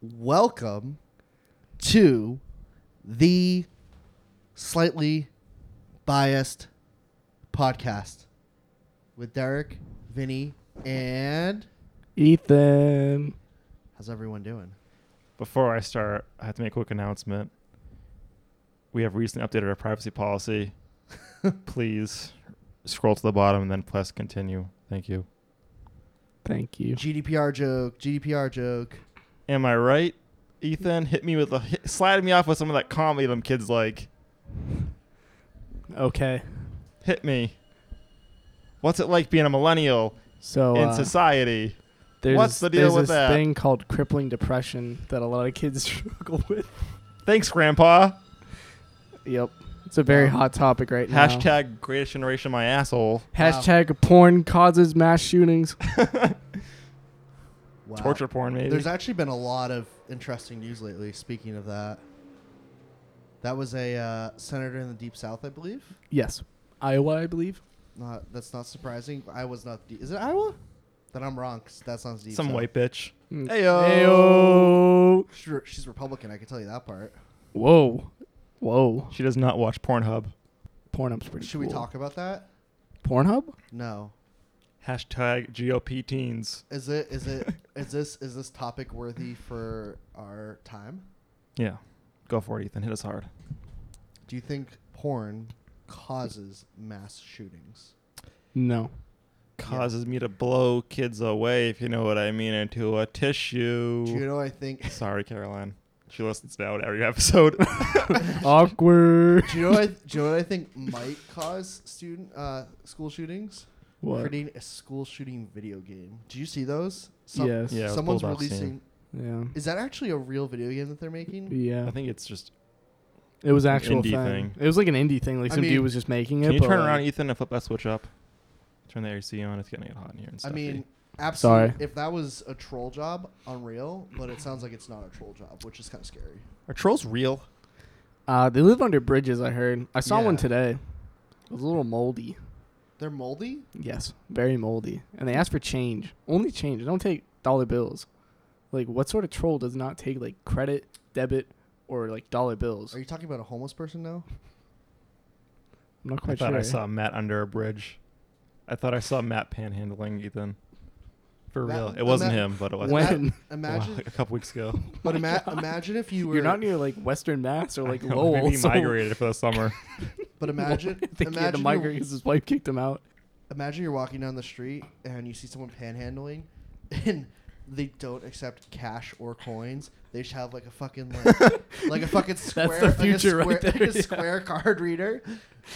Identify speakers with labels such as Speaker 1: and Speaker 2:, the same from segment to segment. Speaker 1: welcome to the slightly biased podcast with Derek, Vinny, and
Speaker 2: Ethan.
Speaker 1: how's everyone doing?
Speaker 3: Before I start, I have to make a quick announcement. We have recently updated our privacy policy. Please scroll to the bottom and then press continue. Thank you.
Speaker 2: Thank you.
Speaker 1: GDPR joke, GDPR joke.
Speaker 3: Am I right, Ethan? Hit me with a hit, slide me off with some of that comedy them kids like.
Speaker 2: Okay.
Speaker 3: Hit me. What's it like being a millennial
Speaker 2: So
Speaker 3: in
Speaker 2: uh,
Speaker 3: society?
Speaker 2: there's,
Speaker 3: what's the deal
Speaker 2: there's
Speaker 3: with
Speaker 2: this
Speaker 3: that?
Speaker 2: thing called crippling depression that a lot of kids struggle with.
Speaker 3: Thanks, Grandpa.
Speaker 2: Yep. It's a very hot topic right now.
Speaker 3: Hashtag greatest generation my asshole.
Speaker 2: Hashtag porn causes mass shootings.
Speaker 1: Wow.
Speaker 3: Torture porn, maybe.
Speaker 1: There's actually been a lot of interesting news lately. Speaking of that, that was a uh, senator in the deep south, I believe.
Speaker 2: yes. Iowa, I believe.
Speaker 1: Not that's not surprising. I was not. De- is it Iowa? Then I'm wrong. 'cause that sounds deep.
Speaker 3: some
Speaker 1: south.
Speaker 3: white bitch.
Speaker 2: Mm.
Speaker 3: Ayo.
Speaker 2: Ayo.
Speaker 1: She's, re- she's Republican. I can tell you that part.
Speaker 2: Whoa. Whoa.
Speaker 3: She does not watch Pornhub.
Speaker 2: Pornhub's pretty
Speaker 1: Should we
Speaker 2: cool.
Speaker 1: talk about that?
Speaker 2: Pornhub?
Speaker 1: No.
Speaker 3: Hashtag GOP teens.
Speaker 1: Is it? Is it? is this? Is this topic worthy for our time?
Speaker 3: Yeah. Go for it, Ethan. Hit us hard.
Speaker 1: Do you think porn causes mass shootings?
Speaker 2: No.
Speaker 3: Causes me to blow kids away, if you know what I mean, into a tissue.
Speaker 1: Do you know? what I think.
Speaker 3: Sorry, Caroline. She listens now to every episode.
Speaker 2: Awkward.
Speaker 1: Do you know? What I, do you know what I think might cause student uh, school shootings?
Speaker 2: What?
Speaker 1: Creating a school shooting video game. Do you see those? Some-
Speaker 2: Yes.
Speaker 3: Yeah. it was
Speaker 1: Someone's
Speaker 3: pulled off scene.
Speaker 1: releasing.
Speaker 2: Yeah.
Speaker 1: Is that actually a real video game that they're making?
Speaker 2: Yeah.
Speaker 3: I think it's just.
Speaker 2: It was actual
Speaker 3: indie
Speaker 2: thing.
Speaker 3: thing.
Speaker 2: It was like an indie thing. Like
Speaker 1: I
Speaker 2: some
Speaker 1: mean-
Speaker 2: dude was just making it.
Speaker 3: Can you
Speaker 2: but
Speaker 3: turn
Speaker 2: like-
Speaker 3: around, Ethan, and flip that switch up? Turn the AC on. It's getting it hot in here. And eh?
Speaker 1: I
Speaker 3: stuffy.
Speaker 1: mean, absolutely.
Speaker 2: Sorry.
Speaker 1: If that was a troll job, unreal. But it sounds like it's not a troll job, which is kind of scary.
Speaker 3: are trolls real?
Speaker 2: Uh, they live under bridges. I heard. I saw one
Speaker 1: Yeah.
Speaker 2: today. It was a little moldy.
Speaker 1: They're moldy.
Speaker 2: Yes, very moldy. And they asked for change. Only change. Don't take dollar bills. Like, what sort of troll does not take like credit, debit, or like dollar bills?
Speaker 1: Are you talking about a homeless person now?
Speaker 2: I'm not
Speaker 3: I
Speaker 2: quite
Speaker 3: thought
Speaker 2: sure.
Speaker 3: I saw Matt under a bridge. I thought I saw Matt panhandling Ethan. For
Speaker 1: Matt-
Speaker 3: real, it wasn't
Speaker 1: Ima-
Speaker 3: him, but it was
Speaker 2: When-
Speaker 1: Ima-
Speaker 3: a
Speaker 1: imagine,
Speaker 3: while- a couple weeks ago.
Speaker 1: but ima- imagine if you were.
Speaker 2: You're not near like Western Mass or like
Speaker 3: I know,
Speaker 2: Lowell.
Speaker 3: Maybe he
Speaker 2: so-
Speaker 3: migrated for the summer.
Speaker 1: But imagine,
Speaker 2: I think he had to
Speaker 1: imagine,
Speaker 2: migrate
Speaker 1: you're,
Speaker 2: 'cause his wife kicked him out.
Speaker 1: imagine you're walking down the street and you see someone panhandling, and they don't accept cash or coins. They just have like a fucking like, like a fucking square,
Speaker 2: the future
Speaker 1: like a square,
Speaker 2: right there,
Speaker 1: like a
Speaker 2: yeah.
Speaker 1: square card reader.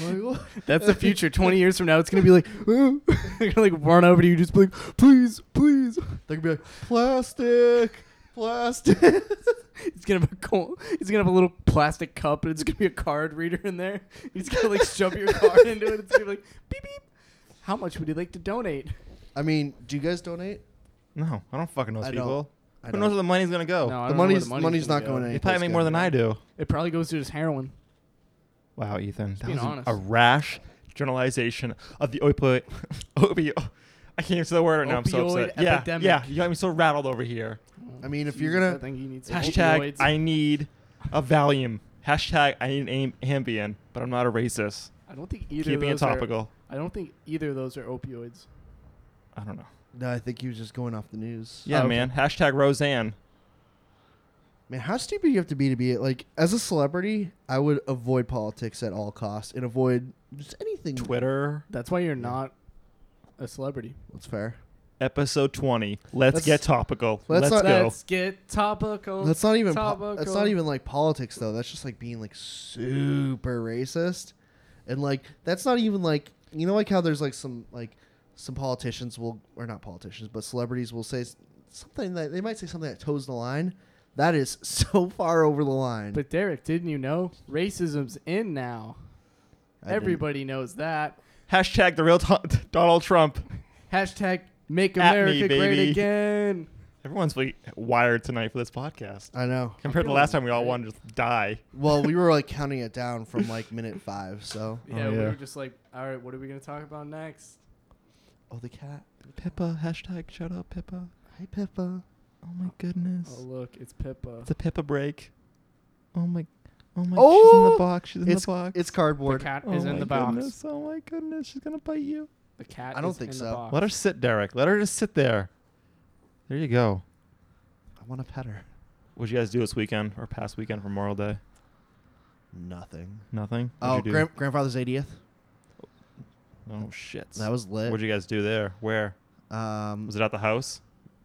Speaker 1: Like, what?
Speaker 2: That's the future. Twenty years from now, it's gonna be like, "Ooh." they're gonna like run over to you, just be like, please, please.
Speaker 1: They're gonna be like plastic, plastic.
Speaker 2: He's gonna have a co- he's gonna have a little plastic cup and it's gonna be a card reader in there. He's gonna like shove your card into it. It's gonna be like beep beep. How much would you like to donate?
Speaker 1: I mean, do you guys donate?
Speaker 3: no, I don't fucking know those
Speaker 1: I don't.
Speaker 3: people.
Speaker 1: I
Speaker 3: Who knows where the money's gonna go?
Speaker 2: No, I
Speaker 1: The
Speaker 2: don't know where
Speaker 1: money's- money's
Speaker 2: gonna
Speaker 1: not going
Speaker 3: they
Speaker 1: any-
Speaker 3: probably make more than I do.
Speaker 2: It probably goes to just heroin.
Speaker 3: Wow, Ethan, that
Speaker 2: being
Speaker 3: was an-
Speaker 2: honest.
Speaker 3: a rash generalization of the opioid. opioid. I can't even say the word right now. I'm so
Speaker 2: Opioid
Speaker 3: upset. Yeah,
Speaker 2: epidemic.
Speaker 3: yeah, you got me so rattled over here.
Speaker 1: I mean, if you're
Speaker 2: Jesus,
Speaker 1: gonna-
Speaker 2: I think he needs some
Speaker 3: Hashtag
Speaker 2: opioids.
Speaker 3: I need a Valium. Hashtag I need an Am- Ambien, but I'm not a racist.
Speaker 2: I don't think either.
Speaker 3: Keeping
Speaker 2: of
Speaker 3: it
Speaker 2: those are-
Speaker 3: topical.
Speaker 2: I don't think either of those are opioids.
Speaker 3: I don't know.
Speaker 1: No, I think he was just going off the news. Uh,
Speaker 3: Yeah,
Speaker 2: Oh, okay.
Speaker 3: man. Hashtag Roseanne.
Speaker 1: Man, how stupid you have to be to be like as a celebrity? I would avoid politics at all costs and avoid just anything.
Speaker 3: Twitter
Speaker 2: That's why you're not a celebrity.
Speaker 1: That's fair.
Speaker 3: episode 20. Let's,
Speaker 1: Let's-
Speaker 3: get topical.
Speaker 1: let's
Speaker 3: Let's,
Speaker 1: not-
Speaker 3: go.
Speaker 2: Let's get topical.
Speaker 1: That's not even. Po- that's
Speaker 2: Topical.
Speaker 1: not even like politics though. That's just like being like super racist, and like that's not even like you know like how there's like some like some politicians will or not politicians but celebrities will say s- something that they might say something that toes the line. That is so far over the line.
Speaker 2: But Derek, didn't you know racism's in now?
Speaker 1: I didn't-
Speaker 2: Everybody knows that.
Speaker 3: Hashtag the real Don- Donald Trump.
Speaker 2: Hashtag make
Speaker 3: At me,
Speaker 2: America great
Speaker 3: baby.
Speaker 2: again.
Speaker 3: Everyone's like wired tonight for this podcast.
Speaker 1: I know.
Speaker 3: Compared to
Speaker 2: feeling
Speaker 3: last time, we all
Speaker 2: great.
Speaker 3: wanted to die.
Speaker 1: Well, we were like counting it down from like minute five. So
Speaker 2: Yeah,
Speaker 3: Oh,
Speaker 2: we
Speaker 3: yeah.
Speaker 2: were just like, all right, what are we gonna talk about next?
Speaker 1: oh the cat.
Speaker 3: Pippa, hashtag shut up, Pippa.
Speaker 1: Hi Pippa.
Speaker 3: Oh my goodness.
Speaker 2: Oh look, it's Pippa.
Speaker 3: It's a Pippa break. Oh my. Oh my. she's in
Speaker 1: Oh!
Speaker 3: the box. She's in the box.
Speaker 1: It's
Speaker 2: The
Speaker 1: cardboard.
Speaker 2: cat
Speaker 3: oh
Speaker 2: is in
Speaker 3: my
Speaker 2: the box.
Speaker 3: Goodness. Oh my goodness. She's going to bite you.
Speaker 2: The cat.
Speaker 1: I don't
Speaker 2: is
Speaker 1: think
Speaker 2: in
Speaker 1: so.
Speaker 2: The box.
Speaker 3: Let her sit, Derek. Let her just sit there. There you go.
Speaker 1: I want to pet her.
Speaker 3: What'd you guys do this weekend or past weekend for Memorial Day?
Speaker 1: Nothing.
Speaker 3: Nothing.
Speaker 1: Oh,
Speaker 3: What'd you do?
Speaker 1: grand- grandfather's 80th.
Speaker 3: Oh shit.
Speaker 1: That was lit.
Speaker 3: What'd you guys do there? Where?
Speaker 1: um,
Speaker 3: Was it at the house?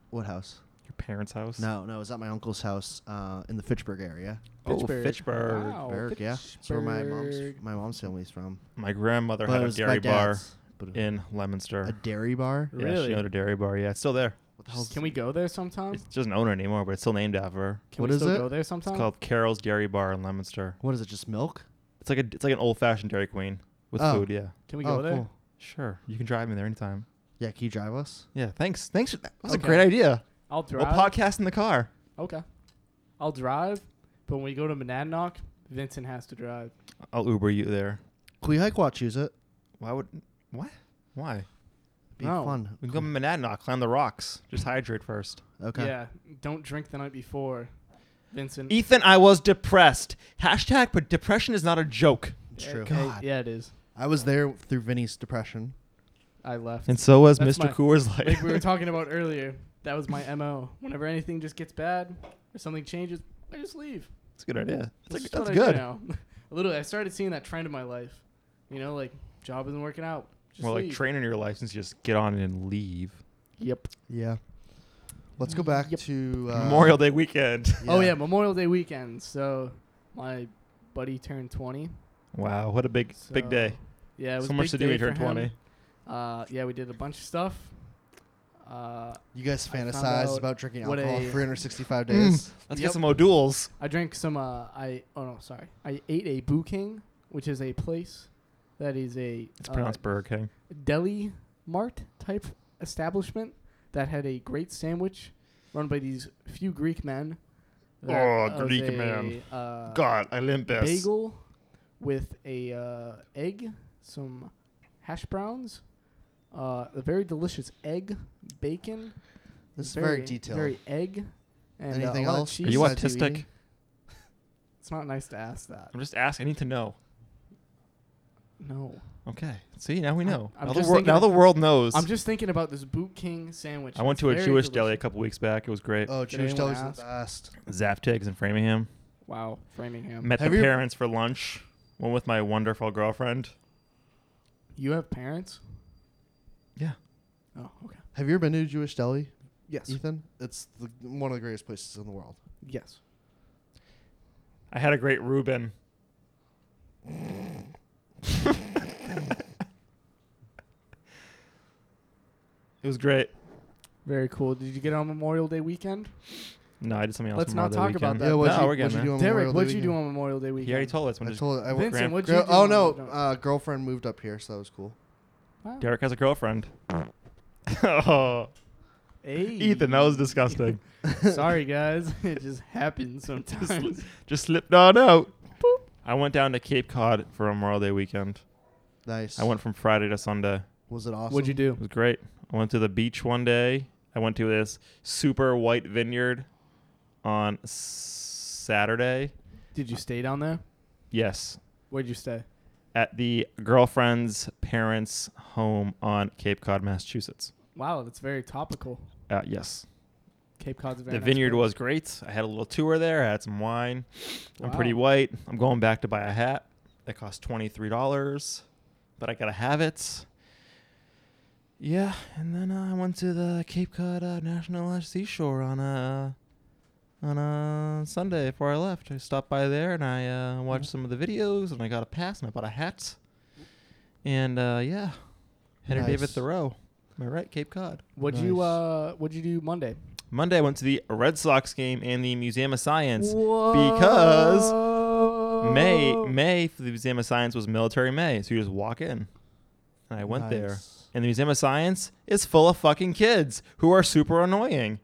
Speaker 1: what house?
Speaker 3: Your parents' house?
Speaker 1: No, no, it was at my uncle's house uh, in the Fitchburg area.
Speaker 3: Oh,
Speaker 2: Pittsburgh.
Speaker 3: Fitchburg.
Speaker 2: Wow,
Speaker 1: Berg, yeah. That's where my mom's
Speaker 2: Pittsburgh.
Speaker 1: my mom's family's from.
Speaker 3: My grandmother
Speaker 1: But it
Speaker 3: had a
Speaker 1: was my
Speaker 3: dairy bar
Speaker 1: dad's, but a-
Speaker 3: in Leominster.
Speaker 1: a dairy bar.
Speaker 3: yeah, she
Speaker 2: Really? Um,
Speaker 3: owned a dairy bar. Yeah, it's still there.
Speaker 1: What the hell's
Speaker 2: Can we go there sometime?
Speaker 3: It doesn't own it anymore, but it's still named after her.
Speaker 2: Can
Speaker 1: What
Speaker 2: we
Speaker 1: is
Speaker 2: still
Speaker 1: it?
Speaker 2: go there
Speaker 3: It's
Speaker 2: sometime?
Speaker 3: called Carol's Dairy Bar in Leominster.
Speaker 1: What is it? Just milk?
Speaker 3: It's like a it's like an old fashioned Dairy Queen with
Speaker 1: Oh.
Speaker 3: food. Yeah,
Speaker 2: Can we go
Speaker 1: Oh,
Speaker 2: there?
Speaker 1: cool.
Speaker 3: sure. You can drive me there anytime.
Speaker 1: Yeah, can you drive us?
Speaker 3: Yeah, thanks. Thanks. That was
Speaker 2: Okay.
Speaker 3: a great idea.
Speaker 2: I'll
Speaker 3: We'll
Speaker 2: drive.
Speaker 3: podcast in the car.
Speaker 2: okay. I'll drive, but when we go to Monadnock, Vincent has to drive.
Speaker 3: I'll Uber you there.
Speaker 1: Can we hike Wachusett?
Speaker 3: Why would what? Why?
Speaker 1: Be
Speaker 2: No.
Speaker 1: fun.
Speaker 3: We can go to Monadnock, climb the rocks. Just hydrate first.
Speaker 1: Okay.
Speaker 2: Yeah. Don't drink the night before, Vincent.
Speaker 3: Ethan, I was depressed. Hashtag, but depression is not a joke.
Speaker 1: It's
Speaker 2: Yeah,
Speaker 1: true.
Speaker 2: okay,
Speaker 3: God.
Speaker 2: Yeah, it is.
Speaker 1: I was there through Vinny's depression.
Speaker 2: I left.
Speaker 3: And so was
Speaker 2: That's
Speaker 3: Mr.
Speaker 2: my-
Speaker 3: Coors Light.
Speaker 2: like we were talking about earlier, that was my mo. Whenever anything just gets bad or something changes, I just leave.
Speaker 3: That's a good idea. That's,
Speaker 2: just
Speaker 3: like, that's
Speaker 2: what I do
Speaker 3: good.
Speaker 2: now. A little. I started seeing that trend in my life. You know, like job isn't working out. Just
Speaker 3: Well, like
Speaker 2: leave.
Speaker 3: training your license, just get on it and leave.
Speaker 2: yep.
Speaker 1: Yeah. Let's go back
Speaker 2: Yep.
Speaker 1: to uh,
Speaker 3: Memorial Day weekend.
Speaker 2: Oh yeah, Memorial Day weekend. So my buddy turned twenty.
Speaker 3: Wow, what a big big
Speaker 2: So,
Speaker 3: day.
Speaker 2: Yeah, it was
Speaker 3: so
Speaker 2: a
Speaker 3: much
Speaker 2: big
Speaker 3: to
Speaker 2: day
Speaker 3: do when you turn
Speaker 2: for him.
Speaker 3: 20.
Speaker 2: Uh, yeah, we did a bunch of stuff. Uh,
Speaker 1: You guys
Speaker 2: I found
Speaker 1: fantasize
Speaker 2: out
Speaker 1: about drinking
Speaker 2: what
Speaker 1: alcohol
Speaker 2: a-
Speaker 1: 365
Speaker 3: Mm.
Speaker 1: days.
Speaker 3: Let's
Speaker 2: Yep.
Speaker 3: get some O'Douls.
Speaker 2: I drank some. Uh, I oh no, sorry. I ate a Boo King, which is a place that is a
Speaker 3: It's
Speaker 2: uh,
Speaker 3: pronounced Burger King.
Speaker 2: deli mart type establishment that had a great sandwich run by these few Greek men. that
Speaker 3: Oh,
Speaker 2: was
Speaker 3: Greek
Speaker 2: a,
Speaker 3: man.
Speaker 2: Uh,
Speaker 3: Olympus.
Speaker 2: bagel with a uh, egg, some hash browns, uh, a very delicious egg, bacon.
Speaker 1: This is very detailed.
Speaker 2: Very egg. And uh, a
Speaker 1: Anything
Speaker 2: lot of
Speaker 1: else?
Speaker 2: cheese.
Speaker 3: Are you
Speaker 1: Besides you
Speaker 3: autistic?
Speaker 1: eating?
Speaker 2: It's not nice to ask that.
Speaker 3: I'm just asking. I need to know.
Speaker 2: No.
Speaker 3: Okay. See, now we know.
Speaker 2: I'm
Speaker 3: now, the
Speaker 2: just
Speaker 3: wor-
Speaker 2: thinking-
Speaker 3: now the world knows.
Speaker 2: I'm just thinking about this Boot King sandwich.
Speaker 3: I went
Speaker 2: It's
Speaker 3: to a
Speaker 2: very
Speaker 3: Jewish deli a
Speaker 2: delicious. Uh,
Speaker 3: couple weeks back. It was great.
Speaker 1: Oh,
Speaker 2: Did
Speaker 1: Jewish
Speaker 2: anyone
Speaker 1: deli's the
Speaker 2: ask?
Speaker 1: best.
Speaker 3: Zaptigs in Framingham.
Speaker 2: Wow, Framingham.
Speaker 3: Met
Speaker 1: Have
Speaker 3: the
Speaker 1: you-
Speaker 3: parents for lunch. Went with my wonderful girlfriend.
Speaker 2: you have parents?
Speaker 3: Yeah.
Speaker 2: Oh, okay.
Speaker 1: Have you ever been to a Jewish deli,
Speaker 2: Yes.
Speaker 1: Ethan? It's the, one of the greatest places in the world.
Speaker 2: Yes.
Speaker 3: I had a great Reuben. it was great.
Speaker 2: Very cool. Did you get on Memorial Day weekend?
Speaker 3: No, I did something else.
Speaker 2: Let's
Speaker 3: Memorial
Speaker 2: not
Speaker 3: Day
Speaker 2: talk
Speaker 3: weekend.
Speaker 2: about that. Yeah,
Speaker 1: what'd
Speaker 3: no,
Speaker 1: you-
Speaker 3: we're
Speaker 1: what'd
Speaker 3: good,
Speaker 1: you
Speaker 3: man.
Speaker 1: do on
Speaker 2: Derek,
Speaker 1: Memorial
Speaker 2: what'd
Speaker 1: Day
Speaker 2: you do
Speaker 1: weekend?
Speaker 2: on Memorial Day weekend?
Speaker 3: He already told us. When
Speaker 1: I
Speaker 3: his-
Speaker 1: told I
Speaker 2: Vincent,
Speaker 3: grand-
Speaker 2: what'd you
Speaker 1: Girl,
Speaker 2: do?
Speaker 1: oh
Speaker 2: on-
Speaker 1: no, uh, girlfriend moved up here, so that was cool.
Speaker 2: Wow.
Speaker 3: Derek has a girlfriend. oh,
Speaker 2: Hey.
Speaker 3: Ethan, that was disgusting.
Speaker 2: Sorry, guys. It just happens sometimes.
Speaker 3: Just slipped on out. I went down to Cape Cod for Memorial Day weekend.
Speaker 1: Nice.
Speaker 3: I went from Friday to Sunday.
Speaker 1: Was it awesome?
Speaker 2: What'd you
Speaker 3: It
Speaker 2: do?
Speaker 3: was great. I went to the beach one day. I went to this super white vineyard on S- Saturday.
Speaker 2: Did you stay down there?
Speaker 3: Yes,
Speaker 2: Where'd you stay?
Speaker 3: at the girlfriend's parents' home on Cape Cod, Massachusetts.
Speaker 2: Wow, that's very topical.
Speaker 3: Uh, yes,
Speaker 2: Cape Cod's a very
Speaker 3: the
Speaker 2: nice
Speaker 3: vineyard
Speaker 2: place.
Speaker 3: was great. I had a little tour there. I had some wine. I'm pretty
Speaker 2: Wow.
Speaker 3: white. I'm going back to buy a hat. That cost twenty three dollars, but I gotta have it. Yeah, and then uh, I went to the Cape Cod uh, National Lodge Seashore on a on a Sunday before I left. I stopped by there and I
Speaker 2: Mm-hmm.
Speaker 3: uh, watched some of the videos and I got a pass and I bought a hat. And uh, yeah, Henry David
Speaker 1: Nice.
Speaker 3: Thoreau. Am I right? Cape Cod.
Speaker 2: What'd you
Speaker 1: Nice.
Speaker 2: uh? What'd you do Monday?
Speaker 3: Monday I went to the Red Sox game and the Museum of Science. because
Speaker 2: Because
Speaker 3: May May for the Museum of Science was Military May, so you just walk in. And I went there,
Speaker 1: Nice.
Speaker 3: and the Museum of Science is full of fucking kids who are super annoying.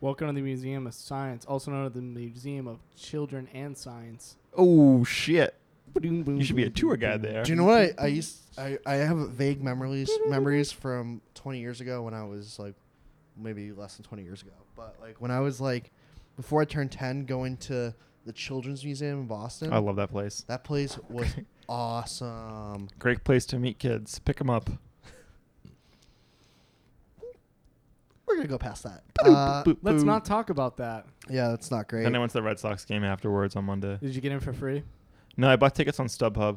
Speaker 2: Welcome to the Museum of Science, also known as the Museum of Children and Science.
Speaker 3: Oh shit!
Speaker 2: You
Speaker 3: You should be a tour guide there.
Speaker 1: Do you know what I, I used? I, I have vague memories memories from 20 years ago when I was like maybe less than 20 years ago. But like when I was like, before I turned 10, going to the Children's Museum in Boston,
Speaker 3: I love that place.
Speaker 1: that place was awesome.
Speaker 3: Great place to meet kids. Pick them up.
Speaker 1: We're going to go past that.
Speaker 3: Boop,
Speaker 1: Uh,
Speaker 3: boop,
Speaker 2: Let's
Speaker 3: boop.
Speaker 2: not talk about that.
Speaker 1: yeah, that's not great.
Speaker 3: Then I went to the Red Sox game afterwards on Monday.
Speaker 2: Did you get in for free? You
Speaker 3: No, I bought tickets on StubHub.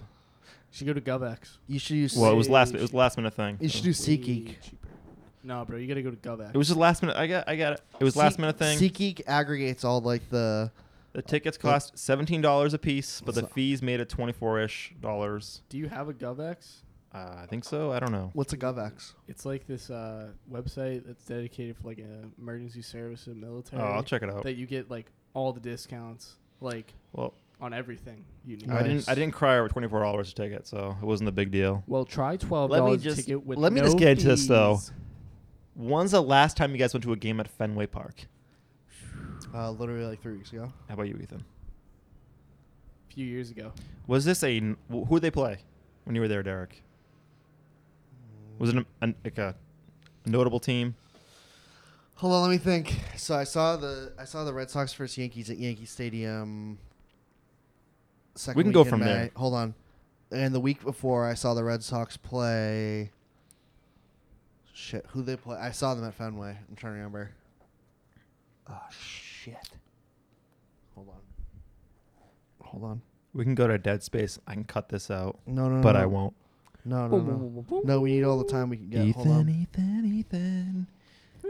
Speaker 2: should go to GovX.
Speaker 1: You should use.
Speaker 3: Well, it was last.
Speaker 2: Sage.
Speaker 3: It was last minute thing.
Speaker 1: You should do SeatGeek.
Speaker 2: Way cheaper. No, bro, you gotta go to GovX.
Speaker 3: It was just last minute. I got. I got it. It was last minute thing.
Speaker 1: SeatGeek aggregates all like the.
Speaker 3: The tickets cost seventeen dollars a piece, but the
Speaker 1: So-
Speaker 3: fees made it twenty four ish dollars.
Speaker 2: Do you have a GovX?
Speaker 3: Uh, I think so. I don't know.
Speaker 1: What's a GovX?
Speaker 2: It's like this uh, website that's dedicated for like an emergency service and
Speaker 3: Oh,
Speaker 2: military.
Speaker 3: I'll check it out.
Speaker 2: That you get like all the discounts, like
Speaker 3: Well,
Speaker 2: on everything you need.
Speaker 3: I
Speaker 1: Nice.
Speaker 3: didn't. I didn't cry over twenty four dollars a ticket, so it wasn't a big deal.
Speaker 2: Well, try twelve
Speaker 3: Let me
Speaker 2: dollars
Speaker 3: just-
Speaker 2: ticket with
Speaker 3: let me
Speaker 2: no
Speaker 3: just get into this, though.
Speaker 2: fees.
Speaker 3: When's the last time you guys went to a game at Fenway Park?
Speaker 1: Uh, literally like three weeks ago.
Speaker 3: How about you, Ethan?
Speaker 2: A few years ago,
Speaker 3: Was this a n- wh- who they play when you were there, Derek? Was it an, an, like a notable team?
Speaker 1: Hold on, let me think. So I saw the I saw the Red Sox versus Yankees at Yankee Stadium. Second
Speaker 3: We can
Speaker 1: week
Speaker 3: go
Speaker 1: in
Speaker 3: from
Speaker 1: May.
Speaker 3: there.
Speaker 1: Hold on. And the week before, I saw the Red Sox play. Shit, who they play? I saw them at Fenway. I'm trying to remember. Oh shit! Hold on. Hold on.
Speaker 3: We can go to dead space. I can cut this out,
Speaker 1: No, no, no.
Speaker 3: but I
Speaker 1: no.
Speaker 3: won't.
Speaker 1: No, no, no. No, we need all the time we can get. Hold
Speaker 3: Ethan,
Speaker 1: on.
Speaker 3: Ethan, Ethan,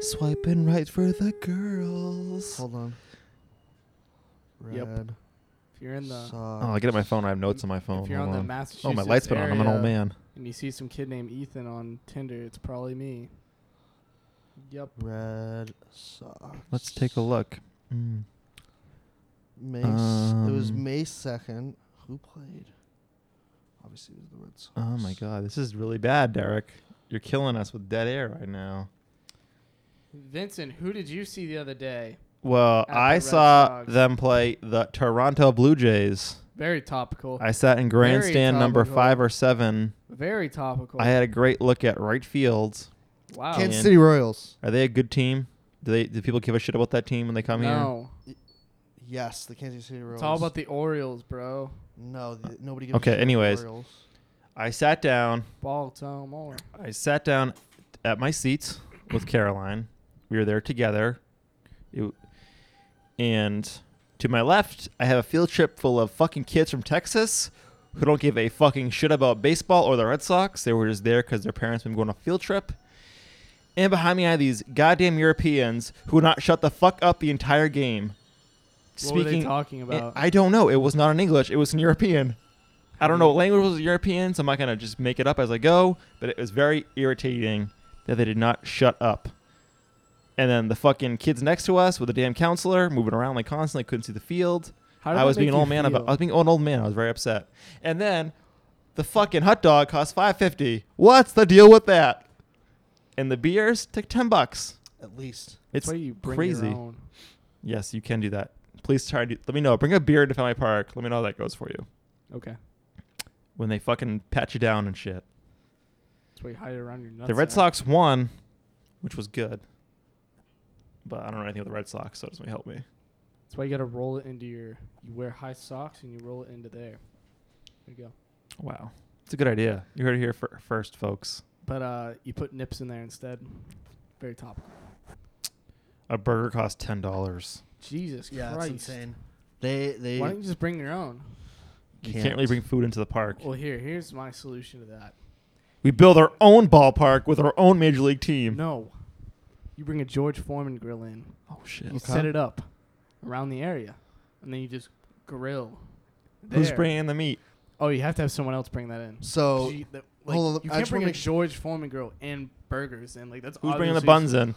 Speaker 3: swiping right for the girls.
Speaker 1: Hold on. Red
Speaker 2: Yep. If you're in the,
Speaker 3: Oh, I get at my phone. I have notes on my phone.
Speaker 2: if you're
Speaker 3: Hold
Speaker 2: on the
Speaker 3: on.
Speaker 2: Massachusetts
Speaker 3: oh, my light's been on. I'm an old
Speaker 2: area
Speaker 3: man.
Speaker 2: And you see some kid named Ethan on Tinder, it's probably me. Yep.
Speaker 1: Red Sox.
Speaker 3: Let's take a look. Mm.
Speaker 1: May s- it was
Speaker 3: Um,
Speaker 1: May second. Who played? Obviously, it was the Red Sox.
Speaker 3: Oh my God, this is really bad, Derek. You're killing us with dead air right now.
Speaker 2: Vincent, who did you see the other day?
Speaker 3: Well,
Speaker 2: At the
Speaker 3: I
Speaker 2: Red
Speaker 3: saw
Speaker 2: Sox.
Speaker 3: them play the Toronto Blue Jays.
Speaker 2: Very topical.
Speaker 3: I sat in grandstand number
Speaker 2: topical.
Speaker 3: five or seven.
Speaker 2: Very topical.
Speaker 3: I had a great look at right field.
Speaker 2: wow.
Speaker 3: Can't
Speaker 1: Kansas
Speaker 3: man.
Speaker 1: City Royals.
Speaker 3: Are they a good team? Do they? Do people give a shit about that team when they come here?
Speaker 2: no.
Speaker 1: Yes, the Kansas City Royals.
Speaker 2: It's all about the Orioles, bro.
Speaker 1: No, the, nobody. Gives a
Speaker 3: Okay,
Speaker 1: shit about the
Speaker 3: anyways.
Speaker 1: Royals.
Speaker 3: I sat down.
Speaker 2: Baltimore.
Speaker 3: I sat down at my seat with Caroline. We were there together. It- and to my left, I have a field trip full of fucking kids from Texas who don't give a fucking shit about baseball or the Red Sox. They were just there because their parents been going on a field trip. And behind me, I have these goddamn Europeans who would not shut the fuck up the entire game.
Speaker 2: What were they talking
Speaker 3: I-
Speaker 2: about?
Speaker 3: I don't know. It was not in English. It was in European. I don't know what language was European, so I'm not gonna just make it up as I go. But it was very irritating that they did not shut up. And then the fucking kids next to us with the damn counselor moving around like constantly couldn't see the field.
Speaker 2: How did
Speaker 3: I
Speaker 2: that
Speaker 3: was being
Speaker 2: make
Speaker 3: an
Speaker 2: you
Speaker 3: old man. About,
Speaker 2: feel?
Speaker 3: I was being an old man. I was very upset. And then the fucking hot dog cost five fifty. What's the deal with that? And the beers took ten bucks.
Speaker 1: At least.
Speaker 2: That's
Speaker 3: It's
Speaker 2: why you bring
Speaker 3: crazy.
Speaker 2: Your own.
Speaker 3: Yes, you can do that. Please try to let me know. Bring a beer to Family Park. Let me know how that goes for you.
Speaker 2: Okay.
Speaker 3: When they fucking pat you down and shit.
Speaker 2: That's why you hide it around your nuts.
Speaker 3: the Red
Speaker 2: at.
Speaker 3: Sox won, which was good. But I don't know anything about the Red Sox, so it doesn't really help me.
Speaker 2: That's why you gotta roll it into your. You wear high socks and you roll it into there. There you go.
Speaker 3: Wow. It's a good idea. You heard it here fir- first, folks.
Speaker 2: But uh, you put nips in there instead. Very topical.
Speaker 3: A burger costs ten dollars.
Speaker 2: Jesus
Speaker 1: Yeah,
Speaker 2: Christ.
Speaker 1: it's insane. They they
Speaker 2: Why don't you just bring your own?
Speaker 3: You can't really bring food into the park.
Speaker 2: Well, here, here's my solution to that.
Speaker 3: We build our own ballpark with our own major league team.
Speaker 2: No, you bring a George Foreman grill in.
Speaker 3: Oh shit.
Speaker 2: You
Speaker 1: Okay.
Speaker 2: set it up around the area, and then you just grill.
Speaker 3: Who's
Speaker 2: there.
Speaker 3: bringing the meat?
Speaker 2: Oh, you have to have someone else bring that in.
Speaker 1: So
Speaker 2: you, that- like,
Speaker 1: hold on,
Speaker 2: you
Speaker 1: I
Speaker 2: can't
Speaker 1: just
Speaker 2: bring
Speaker 1: wanna
Speaker 2: a
Speaker 1: make su-
Speaker 2: George Foreman grill and burgers in. Like that's
Speaker 3: Who's bringing the
Speaker 2: obviously-
Speaker 3: buns in?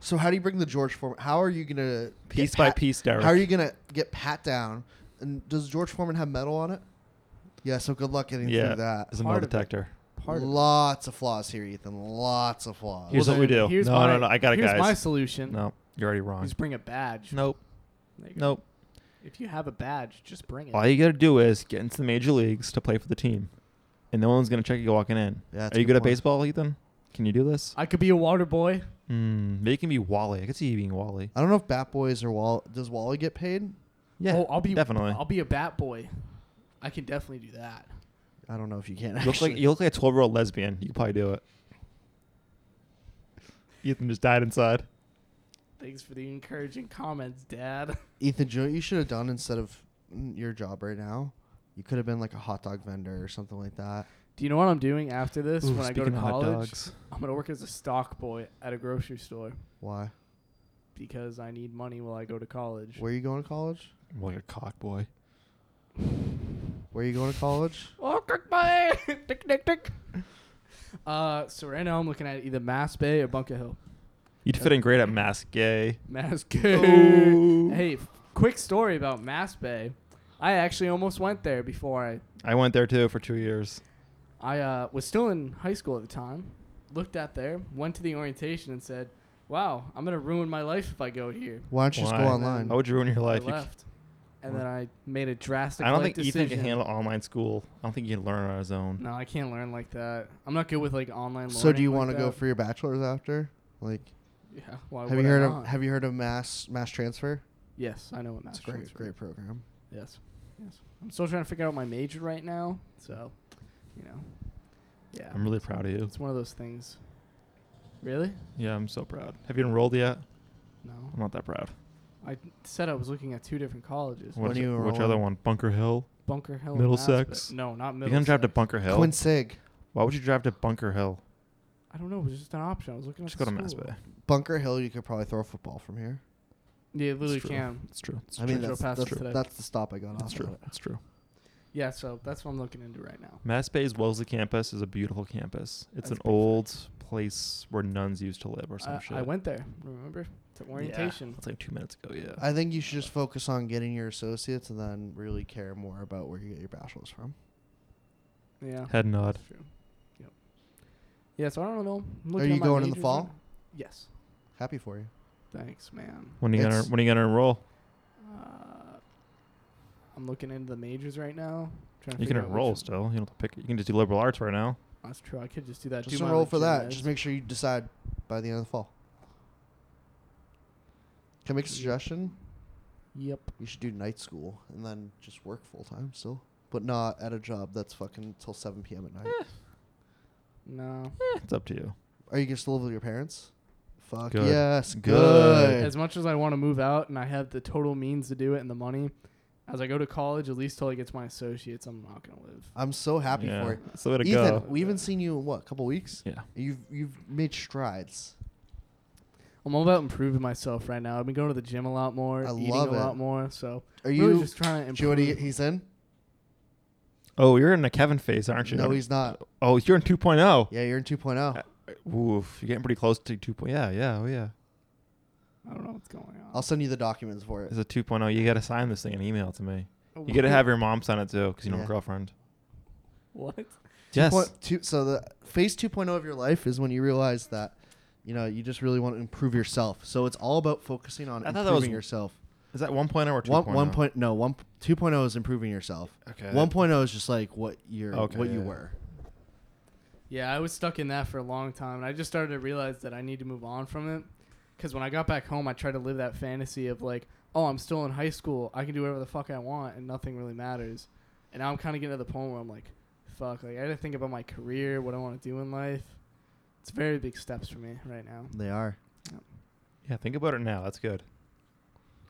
Speaker 1: so how do you bring the George Foreman? How are you gonna get
Speaker 3: Piece by
Speaker 1: pat-
Speaker 3: piece, Derek.
Speaker 1: How are you gonna get pat down? And does George Foreman have metal on it? Yeah. So good luck getting
Speaker 3: Yeah.
Speaker 1: through that.
Speaker 3: It's a metal
Speaker 2: Part of it.
Speaker 3: detector.
Speaker 2: Part of it.
Speaker 1: Lots of flaws here, Ethan. Lots of flaws.
Speaker 3: Here's what we
Speaker 2: then
Speaker 3: do.
Speaker 2: Here's
Speaker 3: No,
Speaker 2: my,
Speaker 3: no, no, I got it,
Speaker 2: Here's
Speaker 3: guys.
Speaker 2: my solution.
Speaker 3: No, you're already wrong.
Speaker 2: Just bring a badge.
Speaker 3: Nope.
Speaker 2: There you go.
Speaker 3: Nope.
Speaker 2: If you have a badge, just bring it.
Speaker 3: All you gotta do is get into the major leagues to play for the team, and no one's gonna check you walking in.
Speaker 1: Yeah, that's
Speaker 3: Are
Speaker 1: a
Speaker 3: you
Speaker 1: good
Speaker 3: good at
Speaker 1: point.
Speaker 3: baseball, Ethan? Can you do this?
Speaker 2: I could be a water boy.
Speaker 3: Mm, they can be Wally. I could see you being Wally.
Speaker 1: I don't know if Bat Boys or Wall does Wally get paid?
Speaker 3: Yeah,
Speaker 2: oh, I'll be
Speaker 3: definitely.
Speaker 2: I'll be a bat boy. I can definitely do that.
Speaker 1: I don't know if you can.
Speaker 3: you look
Speaker 1: Actually.
Speaker 3: like you look like a twelve year old lesbian. You could probably do it. Ethan just died inside.
Speaker 2: Thanks for the encouraging comments, Dad.
Speaker 1: Ethan, you know what you should have done instead of mm, your job right now? You could have been like a hot dog vendor or something like that.
Speaker 2: Do you know what I'm doing after this when I go to
Speaker 3: speaking of hot
Speaker 2: college?
Speaker 3: dogs.
Speaker 2: I'm gonna work as a stock boy at a grocery store
Speaker 1: Why?
Speaker 2: because I need money while I go to college.
Speaker 1: Where are you going to college?
Speaker 3: I'm like a cock boy.
Speaker 1: Where are you going to college?
Speaker 2: Oh, quick boy! tick, tick, tick. Uh, so right now I'm looking at either Mass Bay or Bunker Hill.
Speaker 3: You'd fit in great at Mask Gay.
Speaker 2: Mass
Speaker 3: Oh.
Speaker 2: Hey, f- quick story about Mass Bay. I actually almost went there before I
Speaker 3: I went there too for two years.
Speaker 2: I uh, was still in high school at the time. Looked out there, went to the orientation, and said, "Wow, I'm gonna ruin my life if I go here."
Speaker 1: Why don't you just go
Speaker 3: Why?
Speaker 1: online?
Speaker 3: How would you ruin your life?
Speaker 2: I
Speaker 3: You c-
Speaker 2: left, and then I made a drastic.
Speaker 3: I don't
Speaker 2: like,
Speaker 3: think Ethan
Speaker 2: decision.
Speaker 3: can handle online school. I don't think he can learn on his own.
Speaker 2: No, I can't learn like that. I'm not good with like online.
Speaker 1: So do you
Speaker 2: want
Speaker 1: want to go for your bachelor's after? Like,
Speaker 2: Yeah. Why
Speaker 1: have
Speaker 2: would
Speaker 1: you
Speaker 2: I
Speaker 1: heard
Speaker 2: not?
Speaker 1: of Have you heard of mass mass transfer?
Speaker 2: yes, I know what mass
Speaker 1: it's a great
Speaker 2: transfer
Speaker 1: great program.
Speaker 2: is. Yes. Yes. I'm still trying to figure out my major right now, so you know. Yeah.
Speaker 3: I'm really proud of you.
Speaker 2: It's one of those things. Really?
Speaker 3: Yeah, I'm so proud. Have you enrolled yet?
Speaker 2: No.
Speaker 3: I'm not that proud.
Speaker 2: I said I was looking at two different colleges.
Speaker 1: What
Speaker 3: Which,
Speaker 1: do you
Speaker 3: which
Speaker 1: enroll
Speaker 3: other
Speaker 1: in?
Speaker 3: one? Bunker Hill.
Speaker 2: Bunker Hill. and
Speaker 3: Middlesex?
Speaker 2: Mass- No, not
Speaker 3: you gonna
Speaker 2: Middlesex.
Speaker 3: drive to Bunker Hill?
Speaker 1: Quinn Sig,
Speaker 3: Why would you drive to Bunker Hill?
Speaker 2: I don't know. It was just an option. I was looking at
Speaker 3: Just go to
Speaker 2: school.
Speaker 3: Mass Bay.
Speaker 1: Bunker Hill. You could probably throw a football from here.
Speaker 2: Yeah, it literally
Speaker 3: true.
Speaker 2: can.
Speaker 3: It's true. It's
Speaker 1: I mean,
Speaker 2: true.
Speaker 1: that's,
Speaker 2: Drove past
Speaker 1: that's,
Speaker 2: it today.
Speaker 1: that's the stop I got off.
Speaker 3: true.
Speaker 1: at.
Speaker 3: It's true.
Speaker 2: Yeah, so that's what I'm looking into right now.
Speaker 3: Mass Bay's Wellesley campus is a beautiful campus. It's
Speaker 2: That's
Speaker 3: an
Speaker 2: pretty
Speaker 3: old place where nuns used to live or some
Speaker 2: I,
Speaker 3: shit.
Speaker 2: I went there. Remember to orientation.
Speaker 3: It's like two minutes ago. Yeah.
Speaker 1: I think you should just focus on getting your associates and then really care more about where you get your bachelor's from.
Speaker 2: Yeah.
Speaker 3: Head nod.
Speaker 2: That's true. Yep. Yeah, so I don't know. I'm
Speaker 1: you
Speaker 2: at my
Speaker 1: going in the
Speaker 2: majors
Speaker 1: fall?
Speaker 2: right- Yes.
Speaker 1: Happy for you.
Speaker 2: Thanks, man.
Speaker 3: When are you gonna
Speaker 1: It's-
Speaker 3: When are you gonna enroll?
Speaker 2: Uh, I'm looking into the majors right now. Trying to
Speaker 3: You can
Speaker 2: figure out which
Speaker 3: enroll
Speaker 2: one-
Speaker 3: still. You don't have to pick. You can just do liberal arts right now.
Speaker 2: That's true. I could just do that.
Speaker 1: Just
Speaker 2: do my,
Speaker 1: enroll
Speaker 2: like,
Speaker 1: for
Speaker 2: gen
Speaker 1: that.
Speaker 2: eds.
Speaker 1: Just make sure you decide by the end of the fall. Can I make a suggestion?
Speaker 2: Yep.
Speaker 1: You should do night school and then just work full time still, but not at a job that's fucking till 7 p.m. at night.
Speaker 2: No.
Speaker 3: It's up to you.
Speaker 1: Are you gonna still live with your parents? Fuck
Speaker 3: Good.
Speaker 1: yes,
Speaker 3: Good.
Speaker 1: good.
Speaker 2: As much as I want to move out and I have the total means to do it and the money, as I go to college, at least till I get to my associates, I'm not gonna live.
Speaker 1: I'm so happy
Speaker 3: yeah.
Speaker 1: for you,
Speaker 3: It's the way to
Speaker 1: Ethan.
Speaker 3: go.
Speaker 1: We haven't seen you in what couple weeks.
Speaker 3: Yeah.
Speaker 1: You've you've made strides.
Speaker 2: I'm all about improving myself right now. I've been going to the gym a lot more,
Speaker 1: I
Speaker 2: eating
Speaker 1: love
Speaker 2: a
Speaker 1: it.
Speaker 2: lot more. So
Speaker 1: Are
Speaker 2: really
Speaker 1: you?
Speaker 2: just trying to
Speaker 1: do you know
Speaker 2: improve.
Speaker 1: what he, he's in?
Speaker 3: Oh, you're in a Kevin phase, aren't you?
Speaker 1: No, he's not.
Speaker 3: Oh, you're in 2.0.
Speaker 1: Yeah, you're in oh. 2.0.
Speaker 3: Uh, Oof, you're getting pretty close to 2.0. Yeah, yeah, oh yeah.
Speaker 2: I don't know what's going on.
Speaker 1: I'll send you the documents for it.
Speaker 3: It's a 2.0. You gotta sign this thing and email it to me. You
Speaker 2: Oh, What?
Speaker 3: gotta have your mom sign it too, because you know
Speaker 1: Yeah.
Speaker 3: girlfriend.
Speaker 2: what?
Speaker 3: Yes.
Speaker 1: Point two, so the phase 2.0 of your life is when you realize that, you know, you just really want to improve yourself. So it's all about focusing on
Speaker 3: I thought that
Speaker 1: improving
Speaker 3: was
Speaker 1: yourself.
Speaker 3: Is that 1.0 or oh. 2.0?
Speaker 1: One, one point, oh? no, one 2.0 is improving yourself.
Speaker 3: Okay.
Speaker 1: 1.0 is just like what you're,
Speaker 3: Okay,
Speaker 1: what you
Speaker 3: yeah.
Speaker 1: were.
Speaker 2: Yeah, I was stuck in that for a long time, and I just started to realize that I need to move on from it. Because when I got back home, I tried to live that fantasy of like, oh, I'm still in high school, I can do whatever the fuck I want, and nothing really matters. And now I'm kind of getting to the point where I'm like, fuck, like I gotta think about my career, what I want to do in life. It's very big steps for me right now.
Speaker 1: They are.
Speaker 3: Yeah, think about it now. That's good.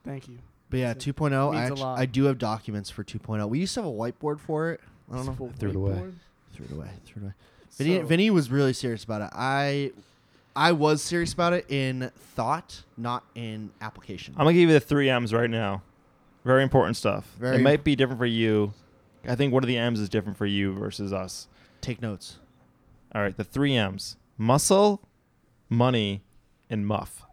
Speaker 2: Thank you.
Speaker 1: But yeah,
Speaker 2: So,
Speaker 1: 2.0, I,
Speaker 2: means a
Speaker 1: actu-
Speaker 2: lot.
Speaker 1: I do have documents for 2.0. We used to have a whiteboard for it. I don't know.
Speaker 2: Full
Speaker 3: Threw it away.
Speaker 2: whiteboard.
Speaker 1: Threw it away. Threw it away. Vinny,
Speaker 2: So-
Speaker 1: Vinny was really serious about it. I, I was serious about it in thought, not in application.
Speaker 3: I'm gonna give you the three M's right now. Very important stuff.
Speaker 1: Very
Speaker 3: it might be different for you. I think one of the M's is different for you versus us.
Speaker 1: Take notes.
Speaker 3: All right, the three M's: muscle, money, and muff.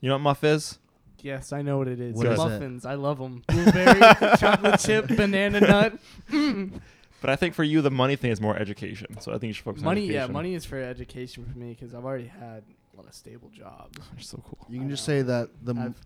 Speaker 3: You know what muff is?
Speaker 2: Yes, I know what it is.
Speaker 1: What
Speaker 3: is it?
Speaker 2: Muffins, I love them. Blueberry, chocolate chip, banana nut.
Speaker 3: But I think for you, the money thing is more education. So I think you should focus
Speaker 2: money
Speaker 3: on
Speaker 2: yeah
Speaker 3: education.
Speaker 2: money is for education for me because i've already had a lot of stable jobs
Speaker 3: You're so cool.
Speaker 1: You
Speaker 2: I
Speaker 1: can just
Speaker 2: know.
Speaker 1: say that the m-
Speaker 2: I've-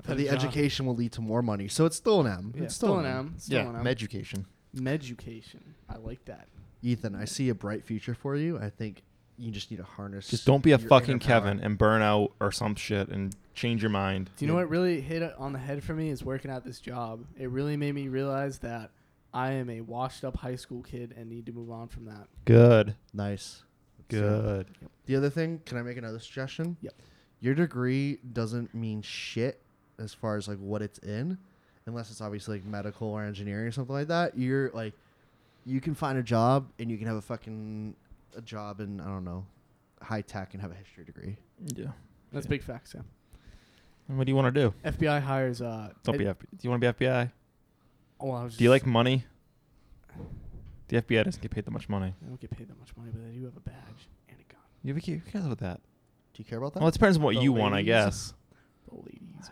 Speaker 2: I've had
Speaker 1: the
Speaker 2: a job.
Speaker 1: education will lead to more money. So it's still an M.
Speaker 2: yeah,
Speaker 1: it's
Speaker 2: still an m still
Speaker 3: yeah,
Speaker 2: an m
Speaker 3: education.
Speaker 2: education i like that
Speaker 1: Ethan, I see a bright future for you. I think you just need to harness.
Speaker 3: Just don't be a
Speaker 1: your
Speaker 3: fucking
Speaker 1: inner power.
Speaker 3: Kevin and burn out or some shit and change your mind.
Speaker 2: Do you know what really hit it on the head for me is working at this job. It really made me realize that I am a washed up high school kid and need to move on from that.
Speaker 3: Good.
Speaker 1: Nice.
Speaker 3: Good.
Speaker 1: The other thing, can I make another suggestion?
Speaker 2: Yep.
Speaker 1: Your degree doesn't mean shit as far as like what it's in, unless it's obviously like medical or engineering or something like that. You're like, you can find a job and you can have a fucking a job in I don't know, high tech and have a history degree.
Speaker 3: Yeah.
Speaker 2: That's
Speaker 3: Yeah.
Speaker 2: big facts, Sam.
Speaker 3: And what do you want to do?
Speaker 2: FBI hires. Uh,
Speaker 3: Don't be FBI. Do you want to be FBI?
Speaker 2: Well, I was
Speaker 3: Do you
Speaker 2: just-
Speaker 3: like money? The FBI doesn't get paid that much money.
Speaker 2: I don't get paid that much money, but I do have a badge and a gun.
Speaker 3: You have a who cares about that?
Speaker 1: Do you care about that?
Speaker 3: Well, it depends on what
Speaker 2: The
Speaker 3: you want, I
Speaker 2: ladies.
Speaker 3: guess.
Speaker 2: The ladies.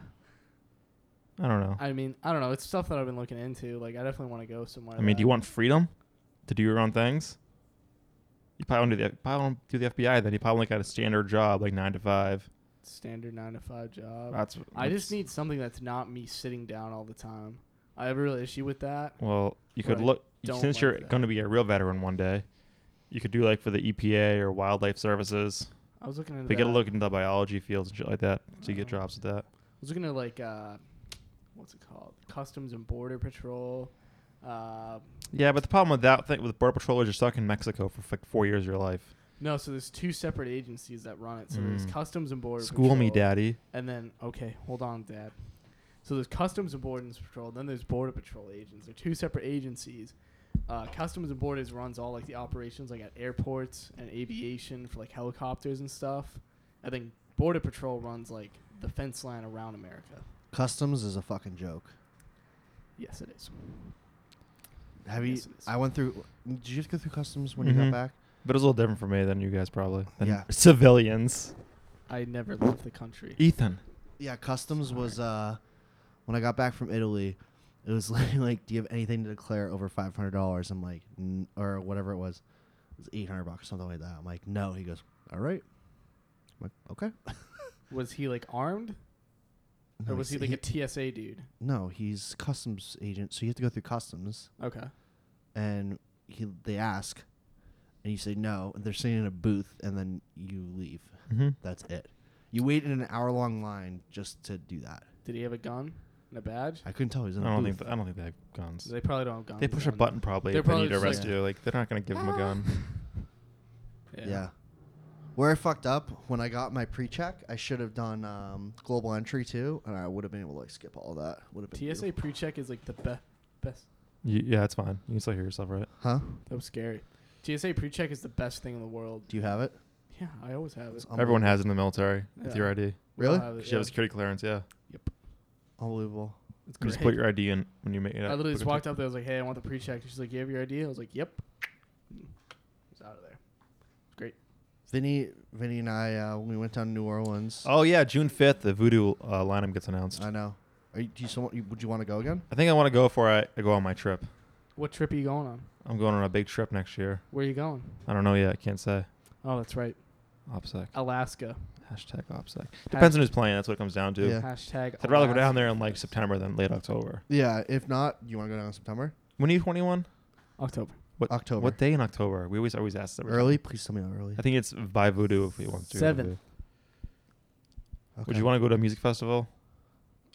Speaker 3: I don't know. I,
Speaker 2: I mean, I don't know. It's stuff that I've been looking into. Like, I definitely want to go somewhere.
Speaker 3: mean,
Speaker 2: that-
Speaker 3: do you want freedom to do your own things? You probably want to do the, probably want to do the FBI. Then you probably got a standard job, like nine to five.
Speaker 2: standard nine to five job?
Speaker 3: That's. what-
Speaker 2: I just
Speaker 3: that's-
Speaker 2: need something that's not me sitting down all the time. I have a real issue with that.
Speaker 3: Well, you could
Speaker 2: Right.
Speaker 3: look
Speaker 2: Don't
Speaker 3: since
Speaker 2: like
Speaker 3: you're
Speaker 2: that.
Speaker 3: going to be a real veteran one day. You could do like for the EPA or Wildlife Services.
Speaker 2: I was looking into.
Speaker 3: They get a
Speaker 2: that.
Speaker 3: look into the biology fields and shit like that. So you get
Speaker 2: Oh.
Speaker 3: jobs with that.
Speaker 2: I was looking at like uh, what's it called? Customs and Border Patrol. Uh,
Speaker 3: Yeah, but the problem with that thing with Border Patrol is you're stuck in Mexico for like four years of your life.
Speaker 2: no, so there's two separate agencies that run it. So there's
Speaker 3: Mm.
Speaker 2: Customs and Border.
Speaker 3: School me,
Speaker 2: Patrol,
Speaker 3: daddy.
Speaker 2: And then okay, hold on, Dad. So there's Customs and Border Patrol. Then there's Border Patrol agents. They're two separate agencies. Uh, Customs and Borders runs all like the operations, like at airports and aviation for like helicopters and stuff. I think Border Patrol runs like the fence line around America.
Speaker 1: Customs is a fucking joke.
Speaker 2: Yes, it is.
Speaker 1: Have you?
Speaker 2: Yes, it is. Mm-hmm.
Speaker 1: I went through. Did you just go through customs when you
Speaker 3: Mhm.
Speaker 1: got back?
Speaker 3: But it's a little different for me than you guys probably. Than
Speaker 1: Yeah.
Speaker 3: Civilians.
Speaker 2: I never left the country.
Speaker 3: Ethan.
Speaker 1: Yeah, customs was uh, when I got back from Italy, it was like, like, do you have anything to declare over five hundred dollars? I'm like, N-, or whatever it was, it was eight hundred bucks, something like that. I'm like, no. He goes, all right. I'm like, okay.
Speaker 2: Was he like armed,
Speaker 1: No,
Speaker 2: or was he
Speaker 1: he's-
Speaker 2: like a TSA dude?
Speaker 1: no, he's customs agent, so you have to go through customs,
Speaker 2: Okay.
Speaker 1: and he they ask, and you say no, and they're sitting in a booth, and then you leave.
Speaker 3: Mm-hmm.
Speaker 1: That's it. You wait in an hour long line just to do that.
Speaker 2: Did he have a gun and a badge?
Speaker 1: I couldn't tell he was
Speaker 3: I
Speaker 1: in a
Speaker 3: don't
Speaker 1: booth.
Speaker 3: think th- I don't think they have guns.
Speaker 2: So they probably don't have guns.
Speaker 3: They push a
Speaker 2: down
Speaker 3: button probably.
Speaker 2: They're
Speaker 3: if they
Speaker 2: probably
Speaker 3: need to
Speaker 2: just Ah.
Speaker 1: like-
Speaker 3: arrest you. Like they're not gonna give him a gun.
Speaker 2: there.
Speaker 1: Yeah. Where I fucked up when I got my pre-check, I should have done um, global entry too, and I would have been able to like skip all that. Would have been
Speaker 2: TSA
Speaker 1: beautiful.
Speaker 2: pre-check is like the best. Best.
Speaker 3: You, yeah, it's fine. You can still hear yourself, right?
Speaker 1: Huh?
Speaker 2: That was scary. TSA pre-check is the best thing in the world.
Speaker 1: Do you have it?
Speaker 2: Yeah, I always have it.
Speaker 1: It's unbelievable.
Speaker 3: Everyone has it in the military with
Speaker 2: Yeah.
Speaker 3: your ID.
Speaker 2: We all
Speaker 1: Really?
Speaker 2: have it,
Speaker 3: 'Cause you have a
Speaker 2: yeah.
Speaker 3: security clearance. Yeah.
Speaker 1: Unbelievable.
Speaker 2: It's
Speaker 3: You just
Speaker 2: great.
Speaker 3: put your ID in when you make it.
Speaker 2: I
Speaker 3: out.
Speaker 2: literally just
Speaker 3: Put it-
Speaker 2: walked up there. I was like, "Hey, I want the pre-check." She's like, "You have your ID?" I was like, "Yep." He's out of there. It's great.
Speaker 1: Vinny, Vinny, and I uh, when we went down to New Orleans.
Speaker 3: Oh yeah, June fifth, the Voodoo uh, lineup gets announced.
Speaker 1: I know. Are you, do you still want, you- would you want to go again?
Speaker 3: I think I want to go before I, I go on my trip.
Speaker 2: What trip are you going on?
Speaker 3: I'm going on a big trip next year.
Speaker 2: Where are you going?
Speaker 3: I don't know yet. I can't say.
Speaker 2: Oh, that's right,
Speaker 3: OPSEC.
Speaker 2: Oh. Alaska.
Speaker 3: Hashtag OPSEC. Depends on who's playing. That's what it comes down to.
Speaker 1: Yeah.
Speaker 2: Hashtag.
Speaker 3: I'd rather go down
Speaker 2: Alaska.
Speaker 3: there in like September than late October.
Speaker 1: Yeah. If not, you want to go down in September,
Speaker 3: When are you 21?
Speaker 2: October.
Speaker 3: What
Speaker 1: October.
Speaker 3: What day in October? We always always ask that.
Speaker 1: Early? Please tell me not early.
Speaker 3: I think it's by Voodoo if we want to.
Speaker 2: Seventh.
Speaker 3: Would you want to go to a music festival?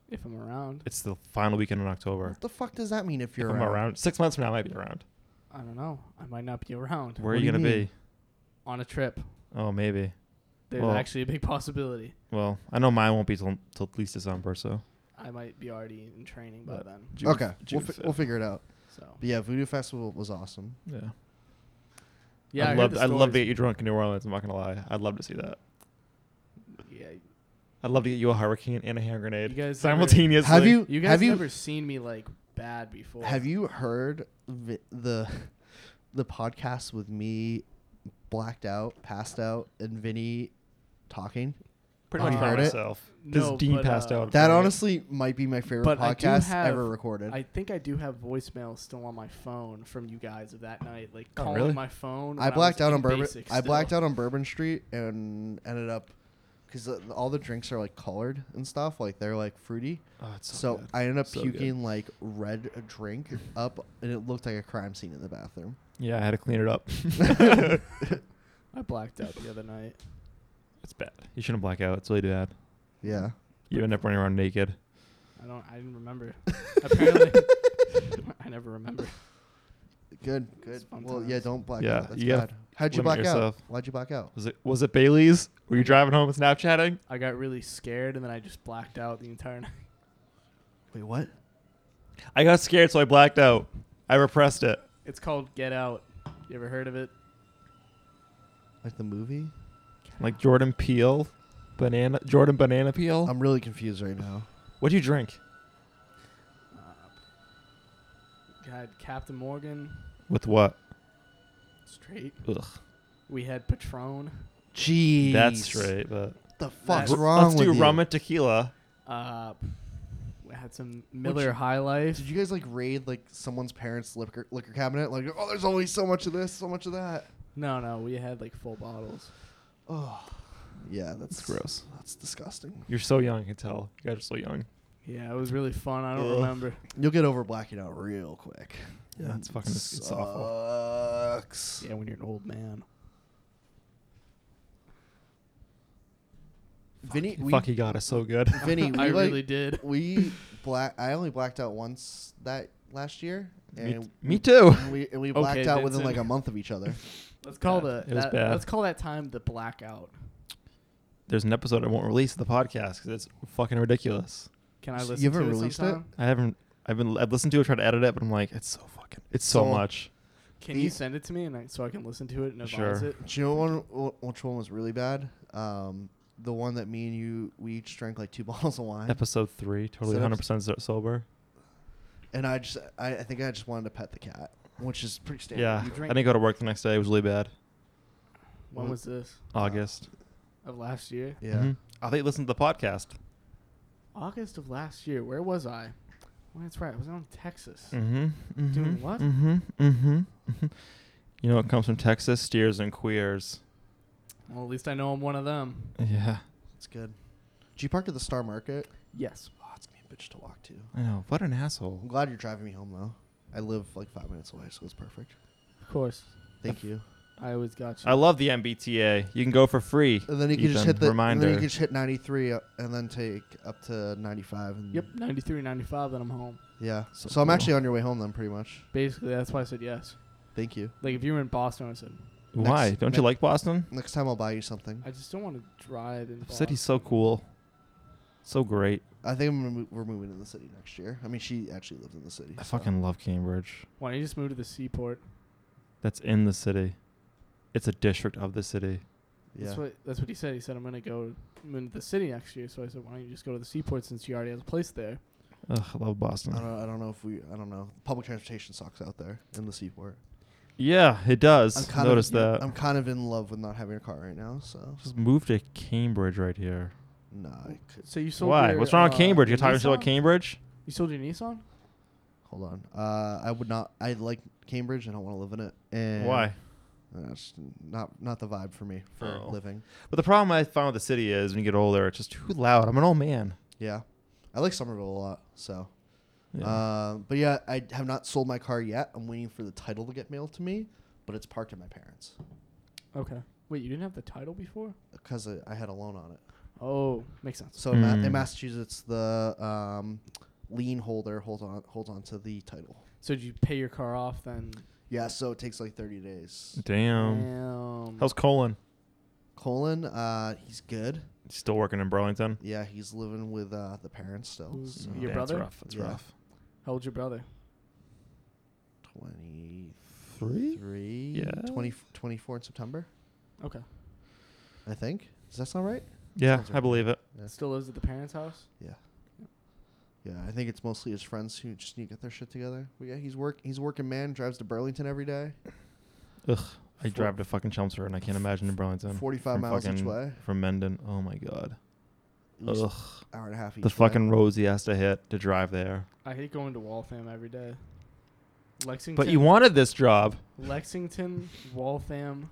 Speaker 2: If I'm around,
Speaker 3: It's the final weekend in October.
Speaker 1: What the fuck does that mean if you're
Speaker 3: if I'm
Speaker 1: around?
Speaker 3: around. six months from now, I might be around.
Speaker 2: I don't know. I might not be around
Speaker 3: Where
Speaker 1: What
Speaker 3: are
Speaker 1: do
Speaker 3: you
Speaker 1: you
Speaker 3: gonna
Speaker 1: mean?
Speaker 3: be?
Speaker 2: on a trip.
Speaker 3: Oh, maybe.
Speaker 2: There's
Speaker 3: Well-
Speaker 2: actually a big possibility.
Speaker 3: Well, I know mine won't be till, till at least December. So
Speaker 2: I might be already in training by
Speaker 3: But-
Speaker 2: then.
Speaker 3: June,
Speaker 1: okay,
Speaker 3: June
Speaker 1: we'll, fi-
Speaker 3: 5th.
Speaker 1: we'll figure it out.
Speaker 2: So
Speaker 1: But yeah, Voodoo Festival was awesome.
Speaker 3: yeah.
Speaker 2: yeah, I
Speaker 3: I'd
Speaker 2: heard
Speaker 3: love
Speaker 2: the
Speaker 3: I'd love to
Speaker 2: stories.
Speaker 3: get you drunk in New Orleans. I'm not gonna lie. I'd love to see that.
Speaker 2: Yeah,
Speaker 3: I'd love to get you a hurricane and a hand grenade
Speaker 2: You guys ever-
Speaker 3: simultaneously.
Speaker 1: Have you?
Speaker 2: you guys
Speaker 1: have you?
Speaker 2: never seen me like bad before?
Speaker 1: Have you heard vi- the the podcast with me blacked out, passed out, and Vinny talking?
Speaker 3: pretty
Speaker 2: Uh,
Speaker 3: much by
Speaker 1: heard it?
Speaker 3: myself?
Speaker 2: No,
Speaker 3: Because Dean
Speaker 2: but,
Speaker 3: passed
Speaker 2: uh,
Speaker 3: out. Oh,
Speaker 1: That
Speaker 3: Right.
Speaker 1: honestly might be my favorite
Speaker 2: But I do
Speaker 1: podcast
Speaker 2: have-
Speaker 1: ever recorded.
Speaker 2: I think I do have voicemail still on my phone from you guys of that night, like
Speaker 3: Oh,
Speaker 2: calling
Speaker 3: really?
Speaker 2: my phone.
Speaker 1: I blacked out on Bourbon. I blacked out on Bourbon Street and ended up because all the drinks are like colored and stuff, like they're like fruity.
Speaker 3: Oh, it's so,
Speaker 1: So,
Speaker 3: good.
Speaker 1: I ended up
Speaker 3: So good.
Speaker 1: puking like red drink up, and it looked like a crime scene in the bathroom.
Speaker 3: yeah, I had to clean it up.
Speaker 2: I blacked out the other night.
Speaker 3: It's bad. You shouldn't black out. It's really bad.
Speaker 1: Yeah.
Speaker 3: You end up running around naked.
Speaker 2: I don't. I didn't remember. Apparently, I never remember.
Speaker 1: Good.
Speaker 2: It's
Speaker 1: Good.
Speaker 2: fun
Speaker 1: Well, yeah.
Speaker 2: times.
Speaker 1: Don't black
Speaker 3: Yeah,
Speaker 1: out. That's
Speaker 3: you gotta
Speaker 1: bad. How'd you black
Speaker 3: limit
Speaker 1: out?
Speaker 3: yourself.
Speaker 1: Why'd you black out?
Speaker 3: Was it was it Bailey's? Were you driving home and Snapchatting?
Speaker 2: I got really scared and then I just blacked out the entire night.
Speaker 1: Wait, what?
Speaker 3: I got scared, so I blacked out. I repressed it.
Speaker 2: It's called Get Out. You ever heard of it?
Speaker 1: Like the movie?
Speaker 3: Like Jordan Peele, banana Jordan banana peel.
Speaker 1: I'm really confused right now.
Speaker 3: What'd you drink?
Speaker 2: Uh, we had uh, Captain Morgan
Speaker 3: With what?
Speaker 2: straight.
Speaker 3: Ugh.
Speaker 2: We had Patron.
Speaker 1: Jeez.
Speaker 3: That's straight. But
Speaker 1: The fuck's
Speaker 2: Let's-
Speaker 1: wrong
Speaker 3: let's do
Speaker 1: with you?
Speaker 3: rum and tequila.
Speaker 2: Uh, we had some
Speaker 1: What'd
Speaker 2: Miller
Speaker 1: you-
Speaker 2: High Life.
Speaker 1: Did you guys like raid like someone's parents' liquor liquor cabinet? Like, oh, there's always so much of this, so much of that.
Speaker 2: No, no, we had like full bottles.
Speaker 1: Oh, yeah, that's
Speaker 3: That's gross.
Speaker 1: That's disgusting.
Speaker 3: You're so young. I can tell. You guys are so young.
Speaker 2: Yeah, it was really fun. I don't
Speaker 1: Ugh.
Speaker 2: remember.
Speaker 1: You'll get over blacking out real quick.
Speaker 3: Yeah, it's fucking. dis- It's
Speaker 1: Sucks.
Speaker 3: awful.
Speaker 2: Yeah, when you're an old man.
Speaker 1: Vinny, we,
Speaker 3: Fuck, he got us so good.
Speaker 1: Vinny, we
Speaker 2: I
Speaker 1: like-
Speaker 2: really did.
Speaker 1: we black. I only blacked out once that last year,
Speaker 3: me,
Speaker 1: and
Speaker 3: me too.
Speaker 1: And we and we
Speaker 2: Okay,
Speaker 1: blacked out within
Speaker 2: Vincent.
Speaker 1: like a month of each other.
Speaker 2: Let's call
Speaker 3: bad.
Speaker 2: the
Speaker 3: It was
Speaker 2: that-
Speaker 3: bad.
Speaker 2: let's call that time the blackout.
Speaker 3: There's an episode I won't release of the podcast because it's fucking ridiculous.
Speaker 2: Can I
Speaker 1: So you
Speaker 2: listen
Speaker 1: haven't
Speaker 2: to it
Speaker 1: released it?
Speaker 2: sometime?
Speaker 3: I haven't. I've been. I've listened to it. Tried to edit it, but I'm like, it's so fucking. It's so
Speaker 1: So-
Speaker 3: much.
Speaker 2: Can
Speaker 1: The-
Speaker 2: you send it to me and I, so I can listen to it and advise
Speaker 3: Sure.
Speaker 2: it?
Speaker 1: Do you know one, wh- which one was really bad? Um, the one that me and you we each drank like two bottles of wine,
Speaker 3: Episode three, totally
Speaker 1: So that's-
Speaker 3: 100 percent sober.
Speaker 1: and I just I, I think I just wanted to pet the cat, which is pretty standard.
Speaker 3: yeah,
Speaker 2: you
Speaker 3: I
Speaker 2: drink-
Speaker 3: didn't go to work the next day. It was really bad.
Speaker 2: When
Speaker 1: Well,
Speaker 2: was this?
Speaker 3: Uh, August.
Speaker 2: Of last year?
Speaker 1: Yeah.
Speaker 3: Mhm. I think you listened to the podcast.
Speaker 2: August of last year. Where was I? Well, that's right. I was on Texas.
Speaker 3: Mm-hmm. mm-hmm
Speaker 2: Doing what?
Speaker 3: Mm-hmm. Mm-hmm. hmm You know, it comes from Texas, steers and queers.
Speaker 2: Well, at least I know I'm one of them.
Speaker 3: Yeah,
Speaker 1: it's good. Did you park at the Star Market?
Speaker 2: Yes.
Speaker 1: Oh, it's me a bitch to walk to.
Speaker 3: I know. What an
Speaker 1: I'm
Speaker 3: asshole.
Speaker 1: glad you're driving me home though. I live like five minutes away, so it's perfect.
Speaker 2: Of course.
Speaker 1: Thank you.
Speaker 2: I always got you.
Speaker 3: I love the MBTA. You can go for free.
Speaker 1: And then you can just
Speaker 3: Ethan,
Speaker 1: hit the and
Speaker 3: reminder.
Speaker 1: then you can just hit 93 uh, and then take up to 95 and
Speaker 2: yep. 93, 95, then I'm home.
Speaker 1: Yeah.
Speaker 3: So
Speaker 1: So, I'm
Speaker 3: cool.
Speaker 1: actually on your way home then pretty much.
Speaker 2: Basically, that's why I said yes.
Speaker 1: Thank you.
Speaker 2: Like, if you were in Boston, I said,
Speaker 3: Why?
Speaker 1: next-
Speaker 3: Don't you
Speaker 1: ne-
Speaker 3: like Boston?
Speaker 1: Next time I'll buy you something.
Speaker 2: I just don't want to drive in
Speaker 3: The
Speaker 2: Boston.
Speaker 3: city's so cool. So great.
Speaker 1: I think I'm remo- we're moving to the city next year. I mean, she actually lived in the city.
Speaker 3: I
Speaker 1: so.
Speaker 3: fucking love Cambridge.
Speaker 2: Why don't you just move to the seaport?
Speaker 3: That's in the city. It's a district of the city.
Speaker 1: yeah.
Speaker 2: That's what that's what he said. He said I'm gonna go I'm into the city next year. So I said, why don't you just go to the seaport since you already have a place there?
Speaker 3: Ugh, I love Boston.
Speaker 1: I don't. I don't know if we. I don't know. Public transportation sucks out there in the seaport.
Speaker 3: Yeah, it does.
Speaker 1: kind
Speaker 3: Notice
Speaker 1: of,
Speaker 3: that.
Speaker 1: I'm kind of in love with not having a car right now. So
Speaker 3: Just move to Cambridge right here.
Speaker 1: nah, I could.
Speaker 2: So you sold
Speaker 3: Why?
Speaker 2: Your,
Speaker 3: What's wrong
Speaker 2: uh,
Speaker 3: with Cambridge?
Speaker 2: your
Speaker 3: You're talking shit about
Speaker 2: Nissan?
Speaker 3: Cambridge?
Speaker 2: You sold your Nissan?
Speaker 1: Hold on. Uh, I would not. I like Cambridge. I don't want to live in it. And
Speaker 3: Why?
Speaker 1: That's not not the vibe for me for
Speaker 3: Oh.
Speaker 1: living.
Speaker 3: But the problem I found with the city is when you get older, it's just too loud. I'm an old man.
Speaker 1: Yeah, I like Somerville a lot. So,
Speaker 3: Yeah.
Speaker 1: uh, but yeah, I have not sold my car yet. I'm waiting for the title to get mailed to me, but it's parked at my parents
Speaker 2: Okay. Wait, you didn't have the title before?
Speaker 1: because I, I had a loan on it.
Speaker 2: Oh, makes sense.
Speaker 1: So in, Ma-
Speaker 3: Hmm.
Speaker 1: in Massachusetts, the um, lien holder holds on holds on to the title.
Speaker 2: So did you pay your car off then?
Speaker 1: Yeah, so it takes like 30 days.
Speaker 3: Damn.
Speaker 2: Damn.
Speaker 3: Um, How's Colin?
Speaker 1: Colin, uh, he's good.
Speaker 3: He's still working in Burlington?
Speaker 1: Yeah, he's living with uh, the parents still.
Speaker 2: Who's
Speaker 1: So.
Speaker 2: Your
Speaker 3: Yeah,
Speaker 2: brother?
Speaker 3: That's rough. That's
Speaker 1: Yeah.
Speaker 3: rough.
Speaker 2: How old's your brother?
Speaker 1: 23?
Speaker 3: Yeah.
Speaker 1: 20, 24 in September,
Speaker 2: Okay.
Speaker 1: I think. Does that sound right?
Speaker 3: Yeah,
Speaker 1: Sounds
Speaker 3: I believe it.
Speaker 1: Yeah.
Speaker 2: Still lives at the parents' house?
Speaker 1: Yeah. Yeah, I think it's mostly his friends who just need to get their shit together. But yeah, he's work he's a working man, drives to Burlington every day.
Speaker 3: Ugh. I
Speaker 1: Four-
Speaker 3: drive to fucking Chelmsford and I can't imagine in Burlington.
Speaker 1: 45
Speaker 3: From
Speaker 1: miles each
Speaker 3: fucking-
Speaker 1: way.
Speaker 3: From Mendon. Oh my god.
Speaker 1: At least
Speaker 3: Ugh.
Speaker 1: hour and a half each
Speaker 3: The
Speaker 1: way.
Speaker 3: fucking roads he has to hit to drive there.
Speaker 2: I hate going to Waltham every day. Lexington.
Speaker 3: But you wanted this job.
Speaker 2: Lexington, Waltham,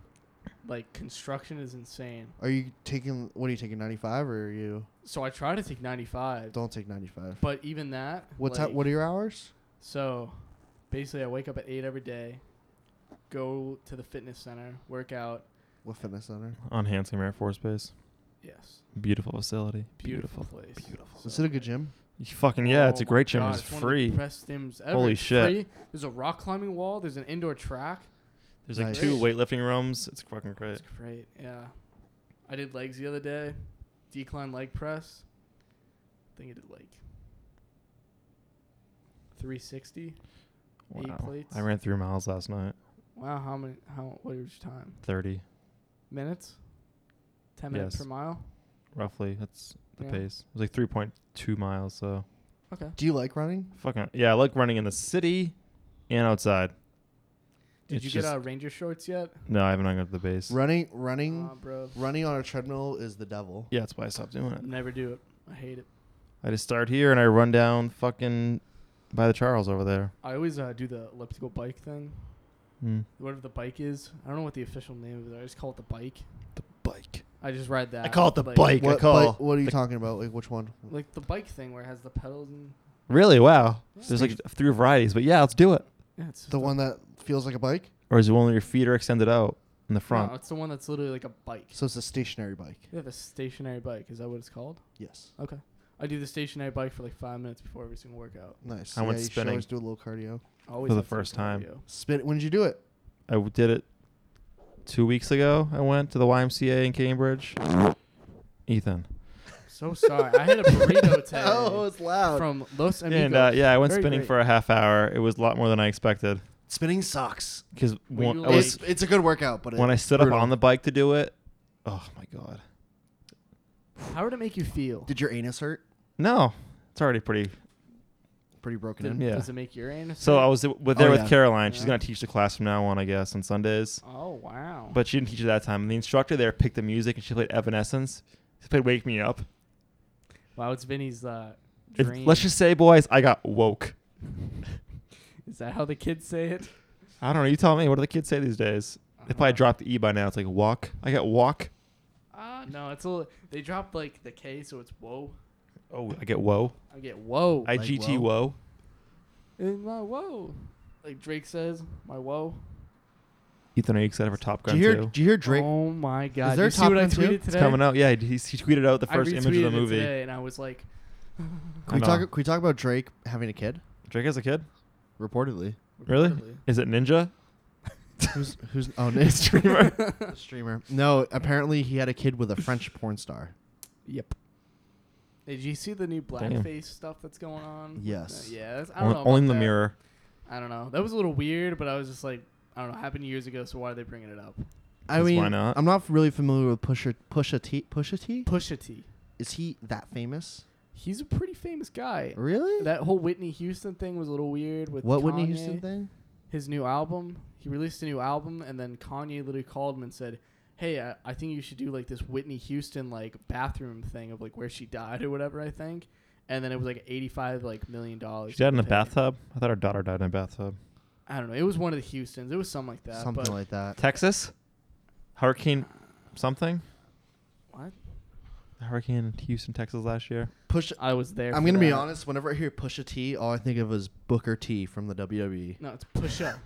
Speaker 2: like construction is insane.
Speaker 1: Are you taking what are you taking 95 or are you
Speaker 2: So I try to take 95,
Speaker 1: don't take 95?
Speaker 2: but even that.
Speaker 1: What
Speaker 2: like,
Speaker 1: time what are your hours?
Speaker 2: So basically, I wake up at 8 every day, go to the fitness center, work out,
Speaker 1: What fitness center?
Speaker 3: on Handsome Air Force Base.
Speaker 2: Yes.
Speaker 3: Beautiful facility.
Speaker 2: Beautiful, place. Beautiful.
Speaker 1: Is it a good gym?
Speaker 3: You fucking yeah, it's a
Speaker 2: Oh
Speaker 3: great
Speaker 2: my
Speaker 3: gym.
Speaker 2: God,
Speaker 3: It's
Speaker 2: one of the
Speaker 3: free.
Speaker 2: best gyms ever.
Speaker 3: Holy
Speaker 2: It's
Speaker 3: shit.
Speaker 2: free. There's a rock climbing wall. There's an indoor track.
Speaker 3: There's like
Speaker 1: Nice.
Speaker 3: two weightlifting rooms. It's fucking great.
Speaker 2: It's great. Yeah. I did legs the other day. Decline leg press. I think I did like 360. Eight
Speaker 3: Wow.
Speaker 2: plates.
Speaker 3: I ran three miles last night.
Speaker 2: Wow. How many? How? What was your time?
Speaker 3: Thirty,
Speaker 2: Minutes. Ten minutes
Speaker 3: Yes.
Speaker 2: per mile.
Speaker 3: roughly. That's the
Speaker 2: Yeah.
Speaker 3: pace. It was like three point two miles. So
Speaker 2: Okay.
Speaker 1: Do you like running?
Speaker 3: fucking yeah, I like running in the city and outside.
Speaker 2: Did
Speaker 3: It's
Speaker 2: you get
Speaker 3: just-
Speaker 2: uh, ranger shorts yet?
Speaker 3: No, I haven't gone to the base.
Speaker 1: Running, running,
Speaker 2: Nah, bro.
Speaker 1: running on a treadmill is the devil.
Speaker 3: Yeah, that's why I stopped doing it.
Speaker 2: Never do it. I hate it.
Speaker 3: I just start here and I run down fucking by the Charles over there.
Speaker 2: I always uh, do the elliptical bike thing.
Speaker 3: Mm.
Speaker 2: Whatever the bike is, I don't know what the official name of it. is. I just call it the bike.
Speaker 3: The bike.
Speaker 2: I just ride that.
Speaker 3: I call it the
Speaker 2: like-
Speaker 3: bike. I
Speaker 1: What,
Speaker 3: call.
Speaker 1: but what are you
Speaker 3: the-
Speaker 1: talking about? Like which one?
Speaker 2: Like the bike thing where it has the pedals and
Speaker 3: Really? Wow.
Speaker 2: Yeah.
Speaker 3: There's like three varieties, but yeah, let's do it.
Speaker 2: yeah, it's just
Speaker 1: The
Speaker 2: a-
Speaker 1: one that feels like a bike?
Speaker 3: Or is it one where your feet are extended out in the front?
Speaker 2: No, it's the one that's literally like a bike.
Speaker 1: So it's a stationary bike.
Speaker 2: Yeah, the stationary bike. Is that what it's called?
Speaker 1: Yes.
Speaker 2: Okay. I do the stationary bike for like five minutes before every single workout.
Speaker 1: Nice.
Speaker 3: I went
Speaker 1: yeah, you should
Speaker 3: spinning.
Speaker 1: Always do a little cardio.
Speaker 2: I Always
Speaker 3: the
Speaker 2: have some
Speaker 3: first time.
Speaker 2: cardio.
Speaker 1: Spin. When did you do it?
Speaker 3: I w- did it two weeks ago. I went to the YMCA in Cambridge. Ethan.
Speaker 2: So sorry, I had a burrito today
Speaker 1: oh, it's loud.
Speaker 2: from Los Amigos.
Speaker 3: And uh, yeah, I went
Speaker 2: Very
Speaker 3: spinning
Speaker 2: great.
Speaker 3: for a half hour. It was a lot more than I expected
Speaker 1: Spinning sucks.
Speaker 3: because
Speaker 2: Were
Speaker 3: when
Speaker 2: you
Speaker 3: I was
Speaker 1: It's, it's a good workout, but it,
Speaker 3: when I stood up
Speaker 1: brutal.
Speaker 3: on the bike to do it. Oh my god.
Speaker 2: How would it make you feel?
Speaker 1: did your anus hurt?
Speaker 3: No, it's already pretty.
Speaker 1: Pretty broken
Speaker 2: Did-
Speaker 1: in.
Speaker 3: Yeah.
Speaker 2: Does it make your anus?
Speaker 3: So I
Speaker 2: hurt?
Speaker 3: was w- with there
Speaker 1: Oh,
Speaker 3: with
Speaker 1: yeah.
Speaker 3: Caroline. She's
Speaker 2: Yeah.
Speaker 3: gonna teach the class from now on, I guess, on Sundays.
Speaker 2: Oh wow.
Speaker 3: But she didn't teach it that time. And the instructor there picked the music, and she played Evanescence. She played "Wake Me Up."
Speaker 2: wow, it's Vinny's uh,
Speaker 3: If-
Speaker 2: dream.
Speaker 3: let's just say, boys, I got woke.
Speaker 2: Is that how the kids say it?
Speaker 3: I don't know. You tell me. What do the kids say these days? They probably dropped the e by now. It's like walk. I got walk.
Speaker 2: Uh, no, it's a little, they dropped like the K, so it's whoa.
Speaker 3: Oh, I get woe.
Speaker 2: I get whoa.
Speaker 3: I
Speaker 1: Like
Speaker 3: G T
Speaker 1: woe?
Speaker 3: woe.
Speaker 2: In my whoa, like Drake says, my whoa.
Speaker 3: Ethan, are you excited for Top
Speaker 1: Do
Speaker 3: Gun
Speaker 1: you hear?
Speaker 3: too?
Speaker 1: Do you hear Drake?
Speaker 2: Oh my god!
Speaker 1: there
Speaker 2: you see what
Speaker 1: Top
Speaker 2: I
Speaker 1: Gun too?
Speaker 2: tweeted
Speaker 3: It's
Speaker 2: today?
Speaker 3: coming out. Yeah, he, he tweeted out the
Speaker 2: I
Speaker 3: first image of
Speaker 2: retweeted
Speaker 3: the
Speaker 2: it
Speaker 3: movie.
Speaker 2: today, and I was like,
Speaker 1: Can we
Speaker 3: I
Speaker 1: talk?
Speaker 3: know.
Speaker 1: Can we talk about Drake having a kid?
Speaker 3: Drake has a kid.
Speaker 1: Reportedly.
Speaker 3: Really?
Speaker 2: reportedly.
Speaker 3: Is it Ninja?
Speaker 1: who's who's? Oh, no,
Speaker 3: Streamer.
Speaker 1: streamer. No, apparently he had a kid with a French porn star.
Speaker 2: Yep. Hey, Did you see the new
Speaker 3: Damn.
Speaker 2: blackface stuff that's going on?
Speaker 1: Yes.
Speaker 2: Uh, yeah. That's, I don't
Speaker 3: Only,
Speaker 2: know.
Speaker 3: only in the
Speaker 2: about that.
Speaker 3: mirror.
Speaker 2: I don't know. That was a little weird, but I was just like, I don't know. Happened years ago, so why are they bringing it up?
Speaker 1: I
Speaker 3: 'Cause
Speaker 1: mean,
Speaker 3: why not?
Speaker 1: I'm not really familiar with Pusha Pusha T. Pusha T.
Speaker 2: Pusha T.
Speaker 1: Is he that famous?
Speaker 2: He's a pretty famous guy.
Speaker 1: Really?
Speaker 2: That whole Whitney Houston thing was a little weird with
Speaker 1: what Whitney
Speaker 2: Kanye,
Speaker 1: Houston thing?
Speaker 2: His new album. He released a new album, and then Kanye literally called him and said, "Hey, I, I think you should do like this Whitney Houston like bathroom thing of like where she died or whatever." I think, and then it was like eighty-five like million dollars.
Speaker 3: She died in a
Speaker 2: paid.
Speaker 3: bathtub. I thought her daughter died in a bathtub.
Speaker 2: I don't know. It was one of the Houston's. It was something like that.
Speaker 1: Something
Speaker 2: but Uh,
Speaker 1: like that.
Speaker 3: Texas, hurricane, something.
Speaker 2: What?
Speaker 3: Hurricane in Houston, Texas last year.
Speaker 1: Push.
Speaker 2: I was there.
Speaker 1: I'm
Speaker 2: for
Speaker 1: gonna be
Speaker 2: that.
Speaker 1: honest. Whenever I hear Pusha T, all I think of is Booker T from the WWE.
Speaker 2: No, it's Pusha.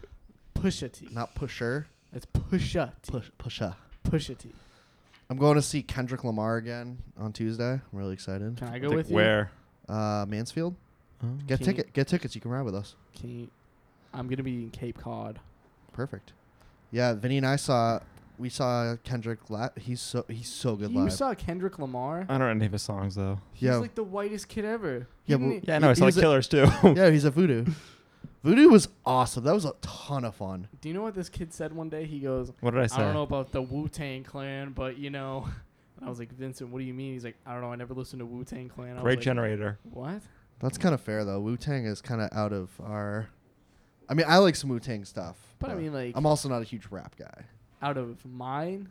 Speaker 2: Pusha T.
Speaker 1: Not Pusher.
Speaker 2: It's Pusha T.
Speaker 1: Push Pusha.
Speaker 2: Pusha T.
Speaker 1: I'm going to see Kendrick Lamar again on Tuesday. I'm really excited.
Speaker 2: Can I go
Speaker 3: Like,
Speaker 2: with you?
Speaker 3: where?
Speaker 1: Uh, Mansfield.
Speaker 3: Oh.
Speaker 1: Get
Speaker 2: Can you-
Speaker 1: ticket. Get tickets. You can ride with us.
Speaker 2: Can you, I'm gonna be in Cape Cod.
Speaker 1: Perfect. Yeah, Vinny and I saw. We saw Kendrick. La- he's so he's so good
Speaker 2: you
Speaker 1: live.
Speaker 2: saw Kendrick Lamar.
Speaker 3: I don't know any of his songs though.
Speaker 2: He's
Speaker 1: yeah.
Speaker 2: like the whitest kid ever. He
Speaker 1: Yeah,
Speaker 2: didn't
Speaker 1: but-
Speaker 2: e-
Speaker 3: Yeah, I know. I
Speaker 1: he
Speaker 3: saw
Speaker 1: was a-
Speaker 3: Killers too.
Speaker 1: yeah, he's a voodoo. voodoo was awesome. That was a ton of fun.
Speaker 2: do you know what this kid said one day? He goes,
Speaker 3: What did I say?
Speaker 2: "I don't know about the Wu Tang Clan, but you know." And I was like, "Vincent, what do you mean?" He's like, "I don't know. I never listened to Wu Tang Clan." I was
Speaker 3: Great
Speaker 2: like,
Speaker 3: generator.
Speaker 2: What?
Speaker 1: That's kind of fair though. Wu Tang is kind of out of our. I mean, I like some Wu Tang stuff,
Speaker 2: But I mean, like,
Speaker 1: I'm also not a huge rap guy.
Speaker 2: out of mine.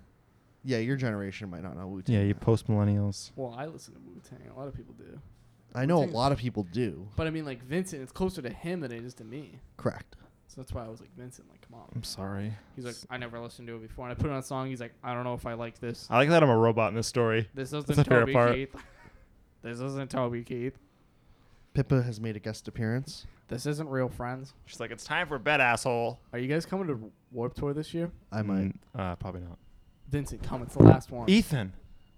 Speaker 1: Yeah, your generation might not know Wu Tang.
Speaker 3: Yeah, you post millennials.
Speaker 2: Well, I listen to Wu Tang. A lot of people do.
Speaker 1: I know a
Speaker 2: Wu-Tang's-
Speaker 1: lot of people do.
Speaker 2: But I mean, like Vincent, it's closer to him than it is to me.
Speaker 1: Correct.
Speaker 2: So that's why I was like, Vincent, like, come on.
Speaker 3: I'm sorry.
Speaker 2: He's like, I never listened to it before, and I put on a song. He's like, I don't know if I like this.
Speaker 3: I like that I'm a robot in this story.
Speaker 2: This
Speaker 3: the
Speaker 2: isn't
Speaker 3: fair
Speaker 2: Toby
Speaker 3: part.
Speaker 2: Keith. this isn't Toby Keith.
Speaker 1: Pippa has made a guest appearance.
Speaker 2: This isn't real friends.
Speaker 3: She's like, it's time for bed, asshole.
Speaker 2: Are you guys coming to Warp Tour this year?
Speaker 1: I might.
Speaker 3: Mm, Uh, probably not.
Speaker 2: Vincent Come, it's the last one.
Speaker 3: Ethan,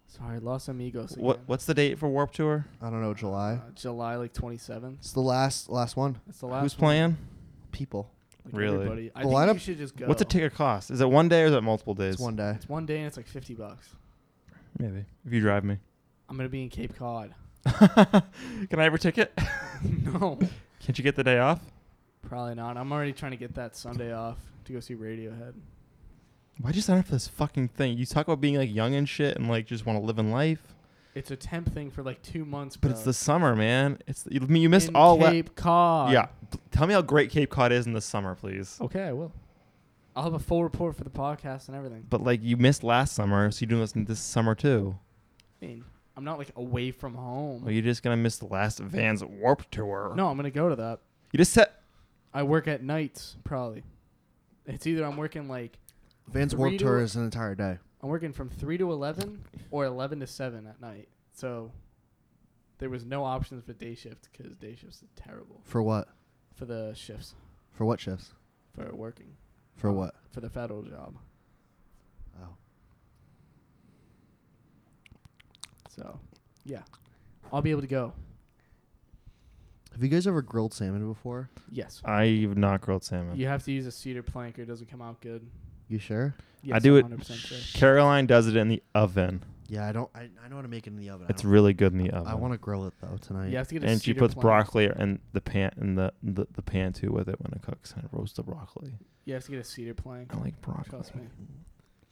Speaker 2: Sorry, Los Amigos. Again.
Speaker 3: what what's the date for Warp Tour?
Speaker 1: I don't know, July.
Speaker 2: Uh, July like 27th.
Speaker 1: It's the last last one.
Speaker 2: That's the last.
Speaker 3: Who's
Speaker 2: one.
Speaker 3: playing?
Speaker 1: People.
Speaker 2: Like,
Speaker 3: Really?
Speaker 2: everybody. I
Speaker 1: The
Speaker 2: think you
Speaker 1: lineup-
Speaker 2: should just go.
Speaker 3: What's a ticket cost? Is it one day or is it multiple days?
Speaker 1: It's one day.
Speaker 2: It's one day and it's like 50 bucks.
Speaker 3: Maybe if you drive me.
Speaker 2: I'm gonna be in Cape Cod.
Speaker 3: Can I have a ticket?
Speaker 2: no,
Speaker 3: Can't you get the day off?
Speaker 2: probably not. I'm already trying to get that Sunday off to go see Radiohead.
Speaker 3: Why'd you sign up for this fucking thing? You talk about being like young and shit and like just want to live in life,
Speaker 2: It's a temp thing for like two months.
Speaker 3: but
Speaker 2: bro.
Speaker 3: it's the summer, man. It's you, you missed
Speaker 2: In
Speaker 3: all. la-
Speaker 2: Cape Cod.
Speaker 3: yeah, P- tell me how great Cape Cod is in the summer, please.
Speaker 2: Okay, I will. I'll have a full report for the podcast and everything.
Speaker 3: But like you missed last summer, so you're doing this this summer too.
Speaker 2: I mean, I'm not like away from home.
Speaker 3: Well, you're just gonna miss the last Vans Warp Tour.
Speaker 2: no, I'm gonna go to that.
Speaker 3: you just said
Speaker 2: I work at nights probably. It's either I'm working like
Speaker 1: Vans
Speaker 2: Three
Speaker 1: Warped
Speaker 2: to-
Speaker 1: Tour is an entire day.
Speaker 2: I'm working from three to eleven or eleven to seven at night. So there was no options for day shift because day shifts are terrible
Speaker 1: For what?
Speaker 2: for the shifts
Speaker 1: For what shifts?
Speaker 2: for working Oh.
Speaker 1: For what?
Speaker 2: for the federal job.
Speaker 1: Oh.
Speaker 2: So yeah, I'll be able to go.
Speaker 1: Have you guys ever grilled salmon before?
Speaker 2: Yes,
Speaker 3: I've not grilled salmon.
Speaker 2: you have to use a cedar plank or it doesn't come out good.
Speaker 1: You sure?
Speaker 2: Yes,
Speaker 3: I do it.
Speaker 2: 100% sure.
Speaker 3: Caroline does it in the oven.
Speaker 1: Yeah, I don't. I, I know how to make it in the oven. I
Speaker 3: It's
Speaker 1: don't-
Speaker 3: really good in the oven.
Speaker 1: I want to grill it though tonight.
Speaker 2: You have to Oh. get a
Speaker 3: and she
Speaker 2: cedar
Speaker 3: puts
Speaker 2: plank.
Speaker 3: broccoli in the pan in the, the the pan too with it when it cooks and it roasts the broccoli.
Speaker 2: You have to get a cedar plank.
Speaker 3: I like broccoli.
Speaker 2: Trust me.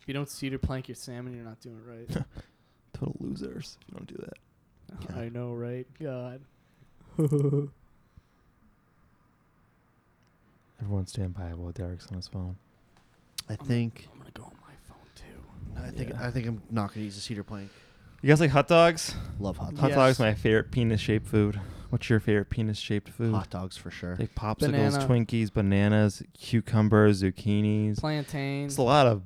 Speaker 2: If you don't cedar plank your salmon, you're not doing it right.
Speaker 3: Total losers. If you don't do that.
Speaker 1: God.
Speaker 2: I know, right? God.
Speaker 3: Everyone stand by while Derek's on his phone.
Speaker 1: I think.
Speaker 2: I'm gonna go on my phone too.
Speaker 1: I think.
Speaker 3: Yeah.
Speaker 1: I think I'm not gonna use a cedar plank.
Speaker 3: You guys like hot dogs?
Speaker 1: Love hot
Speaker 3: Hot
Speaker 1: dogs.
Speaker 2: Yes.
Speaker 3: dogs my favorite penis shaped food. What's your favorite penis shaped food?
Speaker 1: Hot dogs for sure.
Speaker 3: Like popsicles,
Speaker 2: Banana.
Speaker 3: Twinkies, bananas, cucumbers, zucchinis.
Speaker 2: Plantain.
Speaker 3: It's a lot of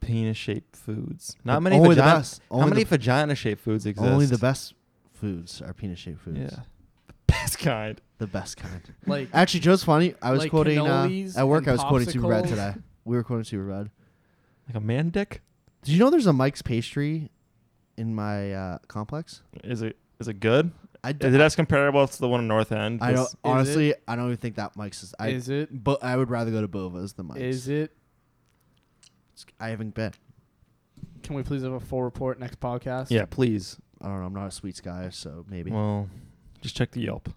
Speaker 3: penis shaped foods. Not many
Speaker 1: Only the
Speaker 3: vagina
Speaker 1: best.
Speaker 3: how
Speaker 1: Only
Speaker 3: many
Speaker 1: the-
Speaker 3: vagina shaped foods exist?
Speaker 1: Only the best foods are peanut shaped foods.
Speaker 3: Yeah. The best kind.
Speaker 1: The best kind.
Speaker 2: like
Speaker 1: Actually, Joe's funny. I was
Speaker 2: Like
Speaker 1: quoting uh,
Speaker 2: cannolis
Speaker 1: at work.
Speaker 2: and
Speaker 1: I was quoting Superbad
Speaker 2: popsicles.
Speaker 1: today. We were quoting Superbad.
Speaker 3: Like a man dick?
Speaker 1: Did you know there's a Mike's pastry in my uh, complex?
Speaker 3: Is it is it good?
Speaker 1: I,
Speaker 3: Is
Speaker 1: d-
Speaker 3: it as comparable to the one in North End?
Speaker 1: I
Speaker 3: 'Cause
Speaker 1: don't honestly. I don't even think that Mike's is. I,
Speaker 2: is it?
Speaker 1: but I would rather go to Bova's than Mike's.
Speaker 2: Is it?
Speaker 1: I haven't been.
Speaker 2: Can we please have a full report next podcast?
Speaker 3: Yeah, please.
Speaker 1: I don't know. I'm not a sweets guy, so maybe.
Speaker 3: Well, just check the Yelp.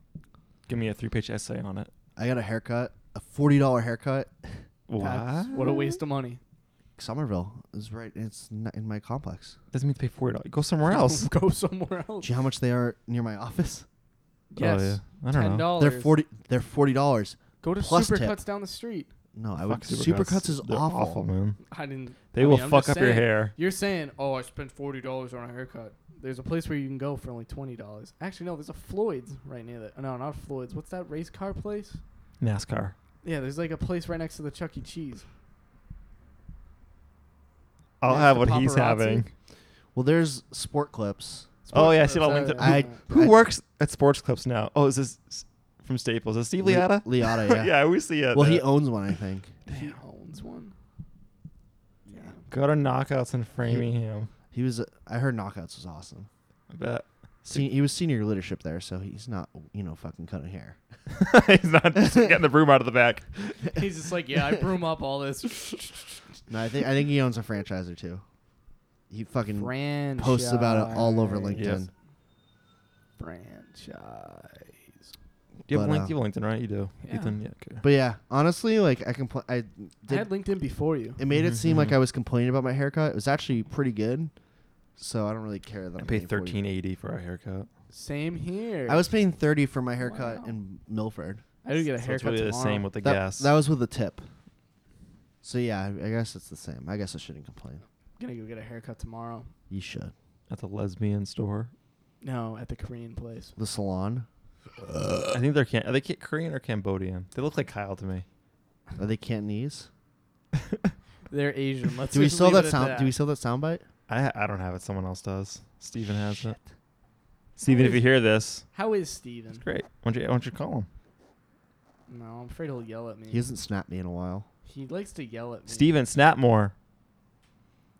Speaker 3: Give me a three page essay on it.
Speaker 1: I got a haircut, a forty dollar haircut.
Speaker 2: That's- What a waste of money.
Speaker 1: Somerville is right. It's not in my complex.
Speaker 3: Doesn't mean to pay forty dollars. Go somewhere else.
Speaker 2: Go somewhere else.
Speaker 1: Do you know how much they are near my office?
Speaker 2: Yes.
Speaker 3: Oh, yeah. I
Speaker 2: Ten
Speaker 3: don't know.
Speaker 2: dollars.
Speaker 1: They're forty. They're forty dollars.
Speaker 2: Go to
Speaker 1: plus tip.
Speaker 2: Supercuts down the street.
Speaker 1: No, I would.
Speaker 3: Fuck
Speaker 1: Supercuts, is
Speaker 3: They're
Speaker 1: awful.
Speaker 3: man.
Speaker 2: I didn't.
Speaker 3: They
Speaker 2: I
Speaker 3: will
Speaker 2: mean, I'm
Speaker 3: fuck
Speaker 2: just
Speaker 3: up your
Speaker 2: saying-
Speaker 3: hair.
Speaker 2: You're saying, oh, I spent forty dollars on a haircut. There's a place where you can go for only twenty dollars. Actually, no. There's a Floyd's right near that. No, not Floyd's. What's that race car place?
Speaker 3: NASCAR.
Speaker 2: Yeah, there's like a place right next to the Chuck E. Cheese.
Speaker 3: I'll
Speaker 2: Next
Speaker 3: have
Speaker 2: to
Speaker 3: what he's
Speaker 2: Paparazzi.
Speaker 3: having.
Speaker 1: Well, there's sport clips.
Speaker 3: Oh,
Speaker 2: Sports
Speaker 3: yeah, I see it
Speaker 2: Clips,
Speaker 3: on LinkedIn.
Speaker 1: I-
Speaker 3: Who
Speaker 1: I-
Speaker 3: works at Sports Clips now? Oh, is this s- from Staples? Is Steve
Speaker 1: Li-
Speaker 3: Liotta?
Speaker 1: Liotta, yeah.
Speaker 3: yeah, we see it.
Speaker 1: Well, he
Speaker 3: there.
Speaker 1: owns one, I think.
Speaker 2: He owns one. Yeah.
Speaker 3: go to Knockouts in Framingham.
Speaker 1: He was. I heard Knockouts was awesome.
Speaker 3: I bet
Speaker 1: Se- he was senior leadership there, so he's not, you know, fucking cutting hair.
Speaker 3: he's not just getting the broom out of the back.
Speaker 2: He's just like, yeah, I broom up all this.
Speaker 1: No, I think I think he owns a franchise or two. He fucking
Speaker 2: Franchise.
Speaker 1: posts about it all over LinkedIn.
Speaker 3: Yes.
Speaker 2: Franchise.
Speaker 3: Do you have
Speaker 1: But,
Speaker 3: LinkedIn?
Speaker 1: uh,
Speaker 3: you have LinkedIn, right? You do.
Speaker 2: Yeah.
Speaker 3: Ethan, yeah. Okay.
Speaker 1: But yeah, honestly, like I compl- I
Speaker 2: I
Speaker 1: did.
Speaker 2: had LinkedIn before you.
Speaker 1: it made it seem like
Speaker 3: Mhm.
Speaker 1: I was complaining about my haircut. It was actually pretty good, so I don't really care that
Speaker 3: I
Speaker 1: I'm
Speaker 3: pay
Speaker 1: paying 40.
Speaker 3: thirteen eighty for a haircut.
Speaker 2: Same here.
Speaker 1: I was paying thirty for my haircut
Speaker 2: Wow.
Speaker 1: in Milford.
Speaker 2: I did get a
Speaker 3: so
Speaker 2: haircut
Speaker 3: it's really the
Speaker 2: tomorrow.
Speaker 3: same with the
Speaker 1: that,
Speaker 3: gas.
Speaker 1: that was with a tip. So yeah, I, I guess it's the same. I guess I shouldn't complain.
Speaker 2: I'm gonna go get a haircut tomorrow.
Speaker 1: You should.
Speaker 3: at the lesbian store.
Speaker 2: No, at the Korean place.
Speaker 1: The salon.
Speaker 3: I think they're Cam- are they Ca- Korean or Cambodian? They look like Kyle to me.
Speaker 1: Are they Cantonese?
Speaker 2: They're Asian. Let's
Speaker 1: do we
Speaker 2: just
Speaker 1: sell
Speaker 2: leave it
Speaker 1: that
Speaker 2: at
Speaker 1: sound? Do we sell that soundbite?
Speaker 3: I ha- I don't have it. Someone else does. Steven has it. Steven, if you hear this,
Speaker 2: How is Steven?
Speaker 3: it's great. Why don't you why don't you call him?
Speaker 2: No, I'm afraid he'll yell at me.
Speaker 1: He hasn't snapped me in a while.
Speaker 2: He likes to yell at me.
Speaker 3: Steven, snap more.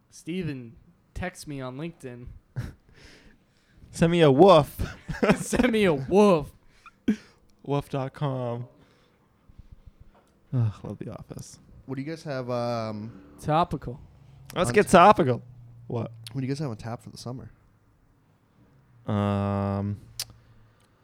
Speaker 2: Steven text me on LinkedIn.
Speaker 3: Send me a woof.
Speaker 2: Send me a wolf.
Speaker 3: Woof.com. Ugh, love The Office.
Speaker 1: What do you guys have? Um,
Speaker 2: Topical.
Speaker 3: Let's
Speaker 1: On
Speaker 3: get
Speaker 1: to-
Speaker 3: topical. What?
Speaker 1: what do you guys have on tap for the summer?
Speaker 3: Um,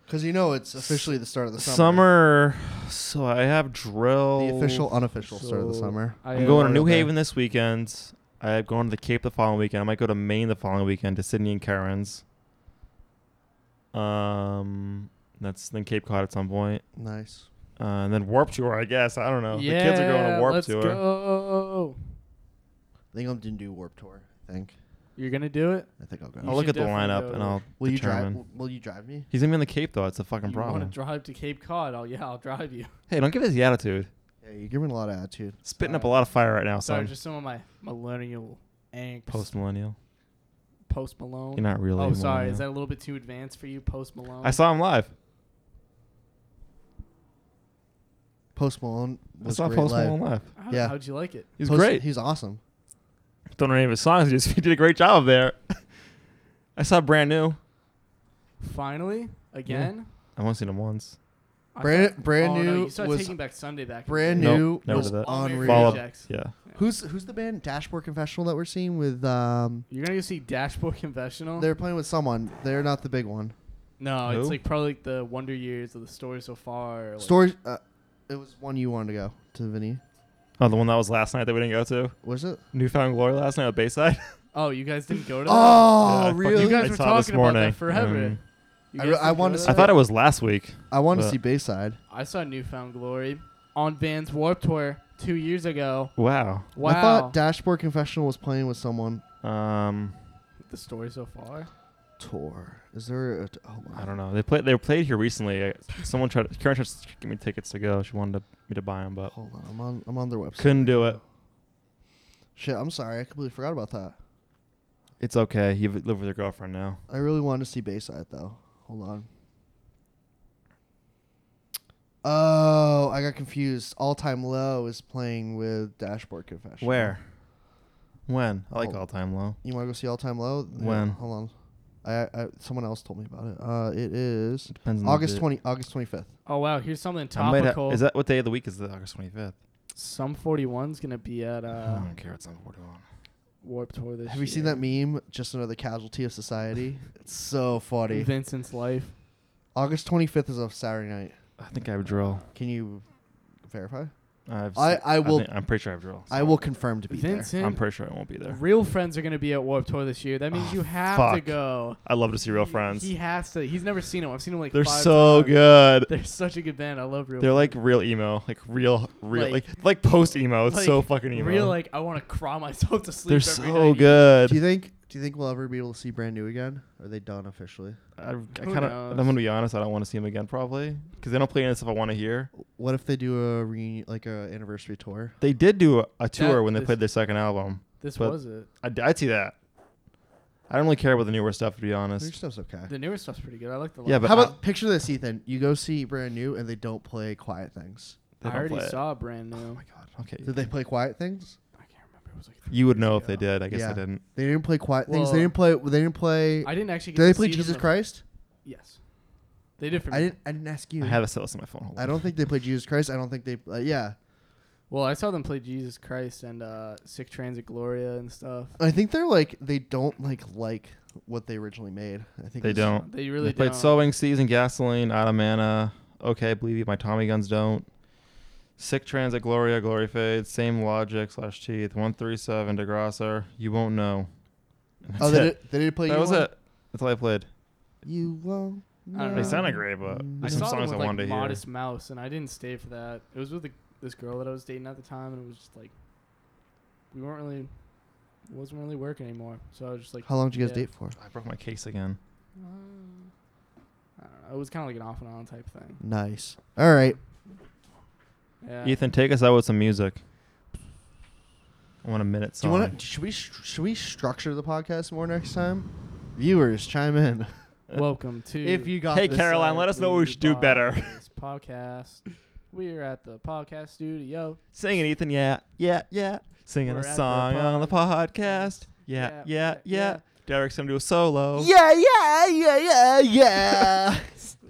Speaker 1: Because you know it's officially the start of the summer.
Speaker 3: summer. So I have drill.
Speaker 1: The official, unofficial start of the
Speaker 3: So-
Speaker 1: summer.
Speaker 2: I
Speaker 3: I'm
Speaker 2: have-
Speaker 3: going to
Speaker 1: Memorial
Speaker 3: New
Speaker 1: Day.
Speaker 3: Haven this weekend. I'm going to the Cape the following weekend. I might go to Maine the following weekend to Sydney and Karen's. Um, that's then Cape Cod at some point,
Speaker 1: Nice.
Speaker 3: uh, and then Warp Tour. I guess I don't know. the kids are going
Speaker 2: Yeah,
Speaker 3: to Warp
Speaker 2: let's
Speaker 3: Tour.
Speaker 2: go.
Speaker 1: I think I'm gonna do Warp Tour. I think.
Speaker 2: You're gonna do it.
Speaker 1: I think I'll go.
Speaker 2: You
Speaker 3: I'll look
Speaker 2: should
Speaker 3: at the
Speaker 2: definitely
Speaker 3: lineup
Speaker 2: go.
Speaker 3: and I'll
Speaker 1: will you
Speaker 3: determine.
Speaker 1: drive? Will you drive me?
Speaker 3: He's gonna be on the Cape though. It's a fucking
Speaker 2: you
Speaker 3: problem.
Speaker 2: want to drive to Cape Cod? I'll yeah, I'll drive you.
Speaker 3: hey, don't give us the attitude.
Speaker 1: Yeah, you're giving a lot of attitude.
Speaker 3: Spitting up a
Speaker 2: Sorry.
Speaker 3: lot of fire right now,
Speaker 2: Sorry,
Speaker 3: son.
Speaker 2: just some of my millennial angst.
Speaker 3: Post millennial.
Speaker 2: Post Malone.
Speaker 3: You're not really.
Speaker 2: oh,
Speaker 3: a
Speaker 2: sorry. Is that
Speaker 3: millennial.
Speaker 2: a little bit too advanced for you, Post Malone?
Speaker 3: I saw him live.
Speaker 1: Post Malone
Speaker 3: I
Speaker 1: was
Speaker 3: saw
Speaker 1: great
Speaker 3: Post
Speaker 1: live.
Speaker 3: Malone live.
Speaker 2: How,
Speaker 1: yeah.
Speaker 2: How'd you like it?
Speaker 3: He's
Speaker 1: Post-
Speaker 3: great.
Speaker 1: He's awesome.
Speaker 3: don't know any of his songs. He just he did a great job there. I saw brand new.
Speaker 2: Finally, again.
Speaker 3: I've only seen him once.
Speaker 2: I
Speaker 1: Brand-
Speaker 2: thought-
Speaker 1: brand
Speaker 2: oh, no,
Speaker 1: new
Speaker 2: you saw
Speaker 1: was-
Speaker 2: taking back Sunday back. in
Speaker 1: Brand
Speaker 2: the
Speaker 3: Nope,
Speaker 2: day.
Speaker 1: new
Speaker 3: never
Speaker 1: was
Speaker 3: did that.
Speaker 2: Oh, Mary
Speaker 1: unreal.
Speaker 3: Follow-
Speaker 2: Jacks.
Speaker 3: Yeah,
Speaker 1: Who's who's the band Dashboard Confessional that we're seeing with? Um,
Speaker 2: You're gonna go see Dashboard Confessional?
Speaker 1: they're playing with someone. They're not the big one.
Speaker 2: no,
Speaker 3: Who?
Speaker 2: it's like probably like the Wonder Years of the story so far. or, Like,
Speaker 1: Story. Uh, it was one you wanted to go to, Vinny.
Speaker 3: Oh, the one that was last night that we didn't go to.
Speaker 1: Was it?
Speaker 3: Newfound Glory last night at Bayside.
Speaker 2: Oh, you guys didn't go to. that?
Speaker 1: Oh,
Speaker 3: Yeah, I
Speaker 1: really?
Speaker 2: You
Speaker 3: fucking-
Speaker 2: guys
Speaker 3: I
Speaker 2: were
Speaker 3: saw this
Speaker 2: talking about that
Speaker 3: morning.
Speaker 2: forever.
Speaker 3: Um,
Speaker 2: You
Speaker 1: I re-
Speaker 2: guys
Speaker 1: I
Speaker 2: didn't go
Speaker 1: wanted to
Speaker 2: that?
Speaker 3: I thought it was last week.
Speaker 1: I wanted to
Speaker 3: But-
Speaker 1: see Bayside.
Speaker 2: I saw Newfound Glory on Van's Warped Tour two years ago.
Speaker 3: Wow.
Speaker 2: Wow.
Speaker 1: I thought Dashboard Confessional was playing with someone.
Speaker 3: Um,
Speaker 2: the story so far.
Speaker 1: Tour. Is there? A, oh hold on.
Speaker 3: I don't know. They played. They played here recently. I- Someone tried. Karen tried to get me tickets to go. She wanted to, me to buy them, but
Speaker 1: Hold on. I'm on. I'm on their website.
Speaker 3: couldn't do it.
Speaker 1: Shit. I'm sorry. I completely forgot about that.
Speaker 3: It's okay. You live with your girlfriend now.
Speaker 1: I really wanted to see Bayside though. Hold on. Oh, I got confused. All Time Low is playing with Dashboard Confession.
Speaker 3: Where? When? I like
Speaker 1: Hold-
Speaker 3: all time low.
Speaker 1: You want to go see All Time Low? Yeah,
Speaker 3: When?
Speaker 1: hold on. I, I someone else told me about it. Uh, it is
Speaker 3: Depends on the
Speaker 1: August
Speaker 3: day.
Speaker 1: twenty August twenty fifth.
Speaker 2: Oh wow, here's something
Speaker 3: I might ha-
Speaker 2: topical.
Speaker 3: is that what day of the week is the August twenty fifth?
Speaker 2: Some 41's gonna be at uh,
Speaker 3: I don't care. It's on forty one.
Speaker 2: Warped Tour this.
Speaker 1: Oh Have you seen
Speaker 2: year.
Speaker 1: that meme? Just another casualty of society. it's so funny.
Speaker 2: Vincent's life.
Speaker 1: August twenty fifth is a Saturday night.
Speaker 3: I think I have drill.
Speaker 1: Can you verify?
Speaker 3: I've
Speaker 1: I-
Speaker 3: se-
Speaker 1: I will-
Speaker 3: think- I'm pretty sure I have drill.
Speaker 1: I will confirm to be there.
Speaker 2: Vincent,
Speaker 3: I'm pretty sure I won't be there.
Speaker 2: real friends are gonna be at Warped Tour this year. That means
Speaker 3: Oh,
Speaker 2: you have to
Speaker 3: fuck.
Speaker 2: go.
Speaker 3: I love to see real
Speaker 2: He-
Speaker 3: friends.
Speaker 2: He has to. He's never seen them. I've seen them like.
Speaker 3: They're
Speaker 2: five
Speaker 3: so
Speaker 2: times.
Speaker 3: good.
Speaker 2: They're such a good band. I love real.
Speaker 3: They're
Speaker 2: Friends.
Speaker 3: like real emo, like real, real, like
Speaker 2: Like-
Speaker 3: like, post emo. It's so
Speaker 2: Like,
Speaker 3: fucking emo.
Speaker 2: Real like I want to cry myself to sleep.
Speaker 3: They're
Speaker 2: every
Speaker 3: so
Speaker 2: night.
Speaker 1: Do you
Speaker 3: good.
Speaker 1: think? Do you think we'll ever be able to see Brand New again? Are they done officially?
Speaker 3: I, I
Speaker 2: Who
Speaker 3: kind of.
Speaker 2: knows?
Speaker 3: I'm gonna be honest. I don't want to see them again, probably, because they don't play any stuff I want to hear.
Speaker 1: What if they do a reunion, like a anniversary tour?
Speaker 3: They did do a, a tour
Speaker 2: That
Speaker 3: when they
Speaker 2: is-
Speaker 3: played their second album.
Speaker 2: This
Speaker 3: But-
Speaker 2: was it.
Speaker 3: I, would see that. I don't really care about the newer stuff, to be
Speaker 1: Their
Speaker 3: honest.
Speaker 1: stuff's okay.
Speaker 2: The newer stuff's pretty good. I like the.
Speaker 3: Yeah,
Speaker 2: live-
Speaker 3: but
Speaker 1: How about
Speaker 3: I,
Speaker 1: picture this, Ethan? You go see Brand New, and they don't play Quiet Things.
Speaker 3: they
Speaker 2: I
Speaker 3: don't
Speaker 2: already
Speaker 3: play it.
Speaker 2: saw brand
Speaker 3: Oh
Speaker 2: new.
Speaker 3: my god. Okay.
Speaker 1: Did they play Quiet Things?
Speaker 2: I can't remember. It was like.
Speaker 3: You would know if
Speaker 2: Yeah.
Speaker 3: they did. I guess
Speaker 1: Yeah.
Speaker 3: they didn't.
Speaker 1: They didn't play Quiet Things. They
Speaker 2: Well-
Speaker 1: didn't play. They didn't play.
Speaker 2: I didn't actually.
Speaker 1: Did
Speaker 2: Get
Speaker 1: they
Speaker 2: to
Speaker 1: play
Speaker 2: see them
Speaker 1: Jesus
Speaker 2: in-
Speaker 1: Christ?
Speaker 2: Yes, they did for me.
Speaker 1: I didn't. I didn't ask you.
Speaker 3: I had a set list on my phone. Hold
Speaker 1: I
Speaker 3: on.
Speaker 1: don't think they played Jesus Christ. I don't think they. Uh, yeah,
Speaker 2: Well, I saw them play Jesus Christ and uh, Sick Transit Gloria and stuff.
Speaker 1: I think they're like they don't like like what they originally made. I think
Speaker 3: They
Speaker 1: it's-
Speaker 3: don't.
Speaker 2: They really
Speaker 3: Oh. they played
Speaker 2: don't.
Speaker 3: Sowing Season, Gasoline, Out of Mana, Okay, Believe You, My Tommy Guns Don't, Sick Transit, Gloria, Glory Fade, Same Logic, Slash Teeth, 137, DeGrasser, You Won't Know. And
Speaker 1: Oh,
Speaker 3: that's
Speaker 1: they
Speaker 3: it.
Speaker 1: did, they did play.
Speaker 3: That
Speaker 1: you
Speaker 3: was
Speaker 1: won't,
Speaker 3: it. That's all I played.
Speaker 1: You won't.
Speaker 2: I don't
Speaker 1: know. Mm-hmm.
Speaker 3: They
Speaker 2: Uh,
Speaker 3: sounded great, but
Speaker 2: I
Speaker 3: there's some
Speaker 2: saw them
Speaker 3: songs
Speaker 2: with
Speaker 3: I
Speaker 2: like
Speaker 3: wanted to hear.
Speaker 2: Modest Mouse, and I didn't stay for that. It was with the, this girl that I was dating at the time, and it was just like we weren't really wasn't really working anymore. So I was just like,
Speaker 1: How long did you guys
Speaker 2: Yeah.
Speaker 1: date for?
Speaker 3: I broke my case again.
Speaker 2: "Uh, I don't know. It was kind of like an off and on type thing.
Speaker 1: Nice. All right.
Speaker 2: Yeah.
Speaker 3: Ethan, take us out with some music. I want a minute
Speaker 1: Do
Speaker 3: song.
Speaker 1: you want to? Should we should we structure the podcast more next time? Viewers, chime in.
Speaker 2: welcome to
Speaker 1: got
Speaker 3: uh, Hey, Caroline,
Speaker 2: Side
Speaker 3: let us know what we
Speaker 2: Weed
Speaker 3: should do better.
Speaker 2: Podcast podcast. We're at the podcast studio.
Speaker 3: Sing it, Ethan. Yeah, yeah, yeah. Singing
Speaker 2: We're
Speaker 3: a
Speaker 2: at the
Speaker 3: song on the podcast. yeah, yeah, yeah. Derek's gonna do a solo.
Speaker 1: Yeah, yeah, yeah, yeah, yeah.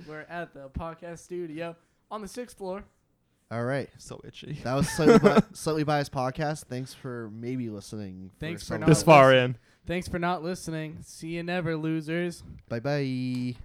Speaker 2: We're at the podcast studio on the sixth floor.
Speaker 1: All right.
Speaker 3: So itchy.
Speaker 1: That was slightly, Bi- slightly biased podcast. Thanks for maybe listening.
Speaker 2: Thanks for
Speaker 1: some of
Speaker 2: not
Speaker 3: this
Speaker 1: it.
Speaker 3: far in.
Speaker 2: Thanks for not listening. See you never, losers.
Speaker 1: Bye bye.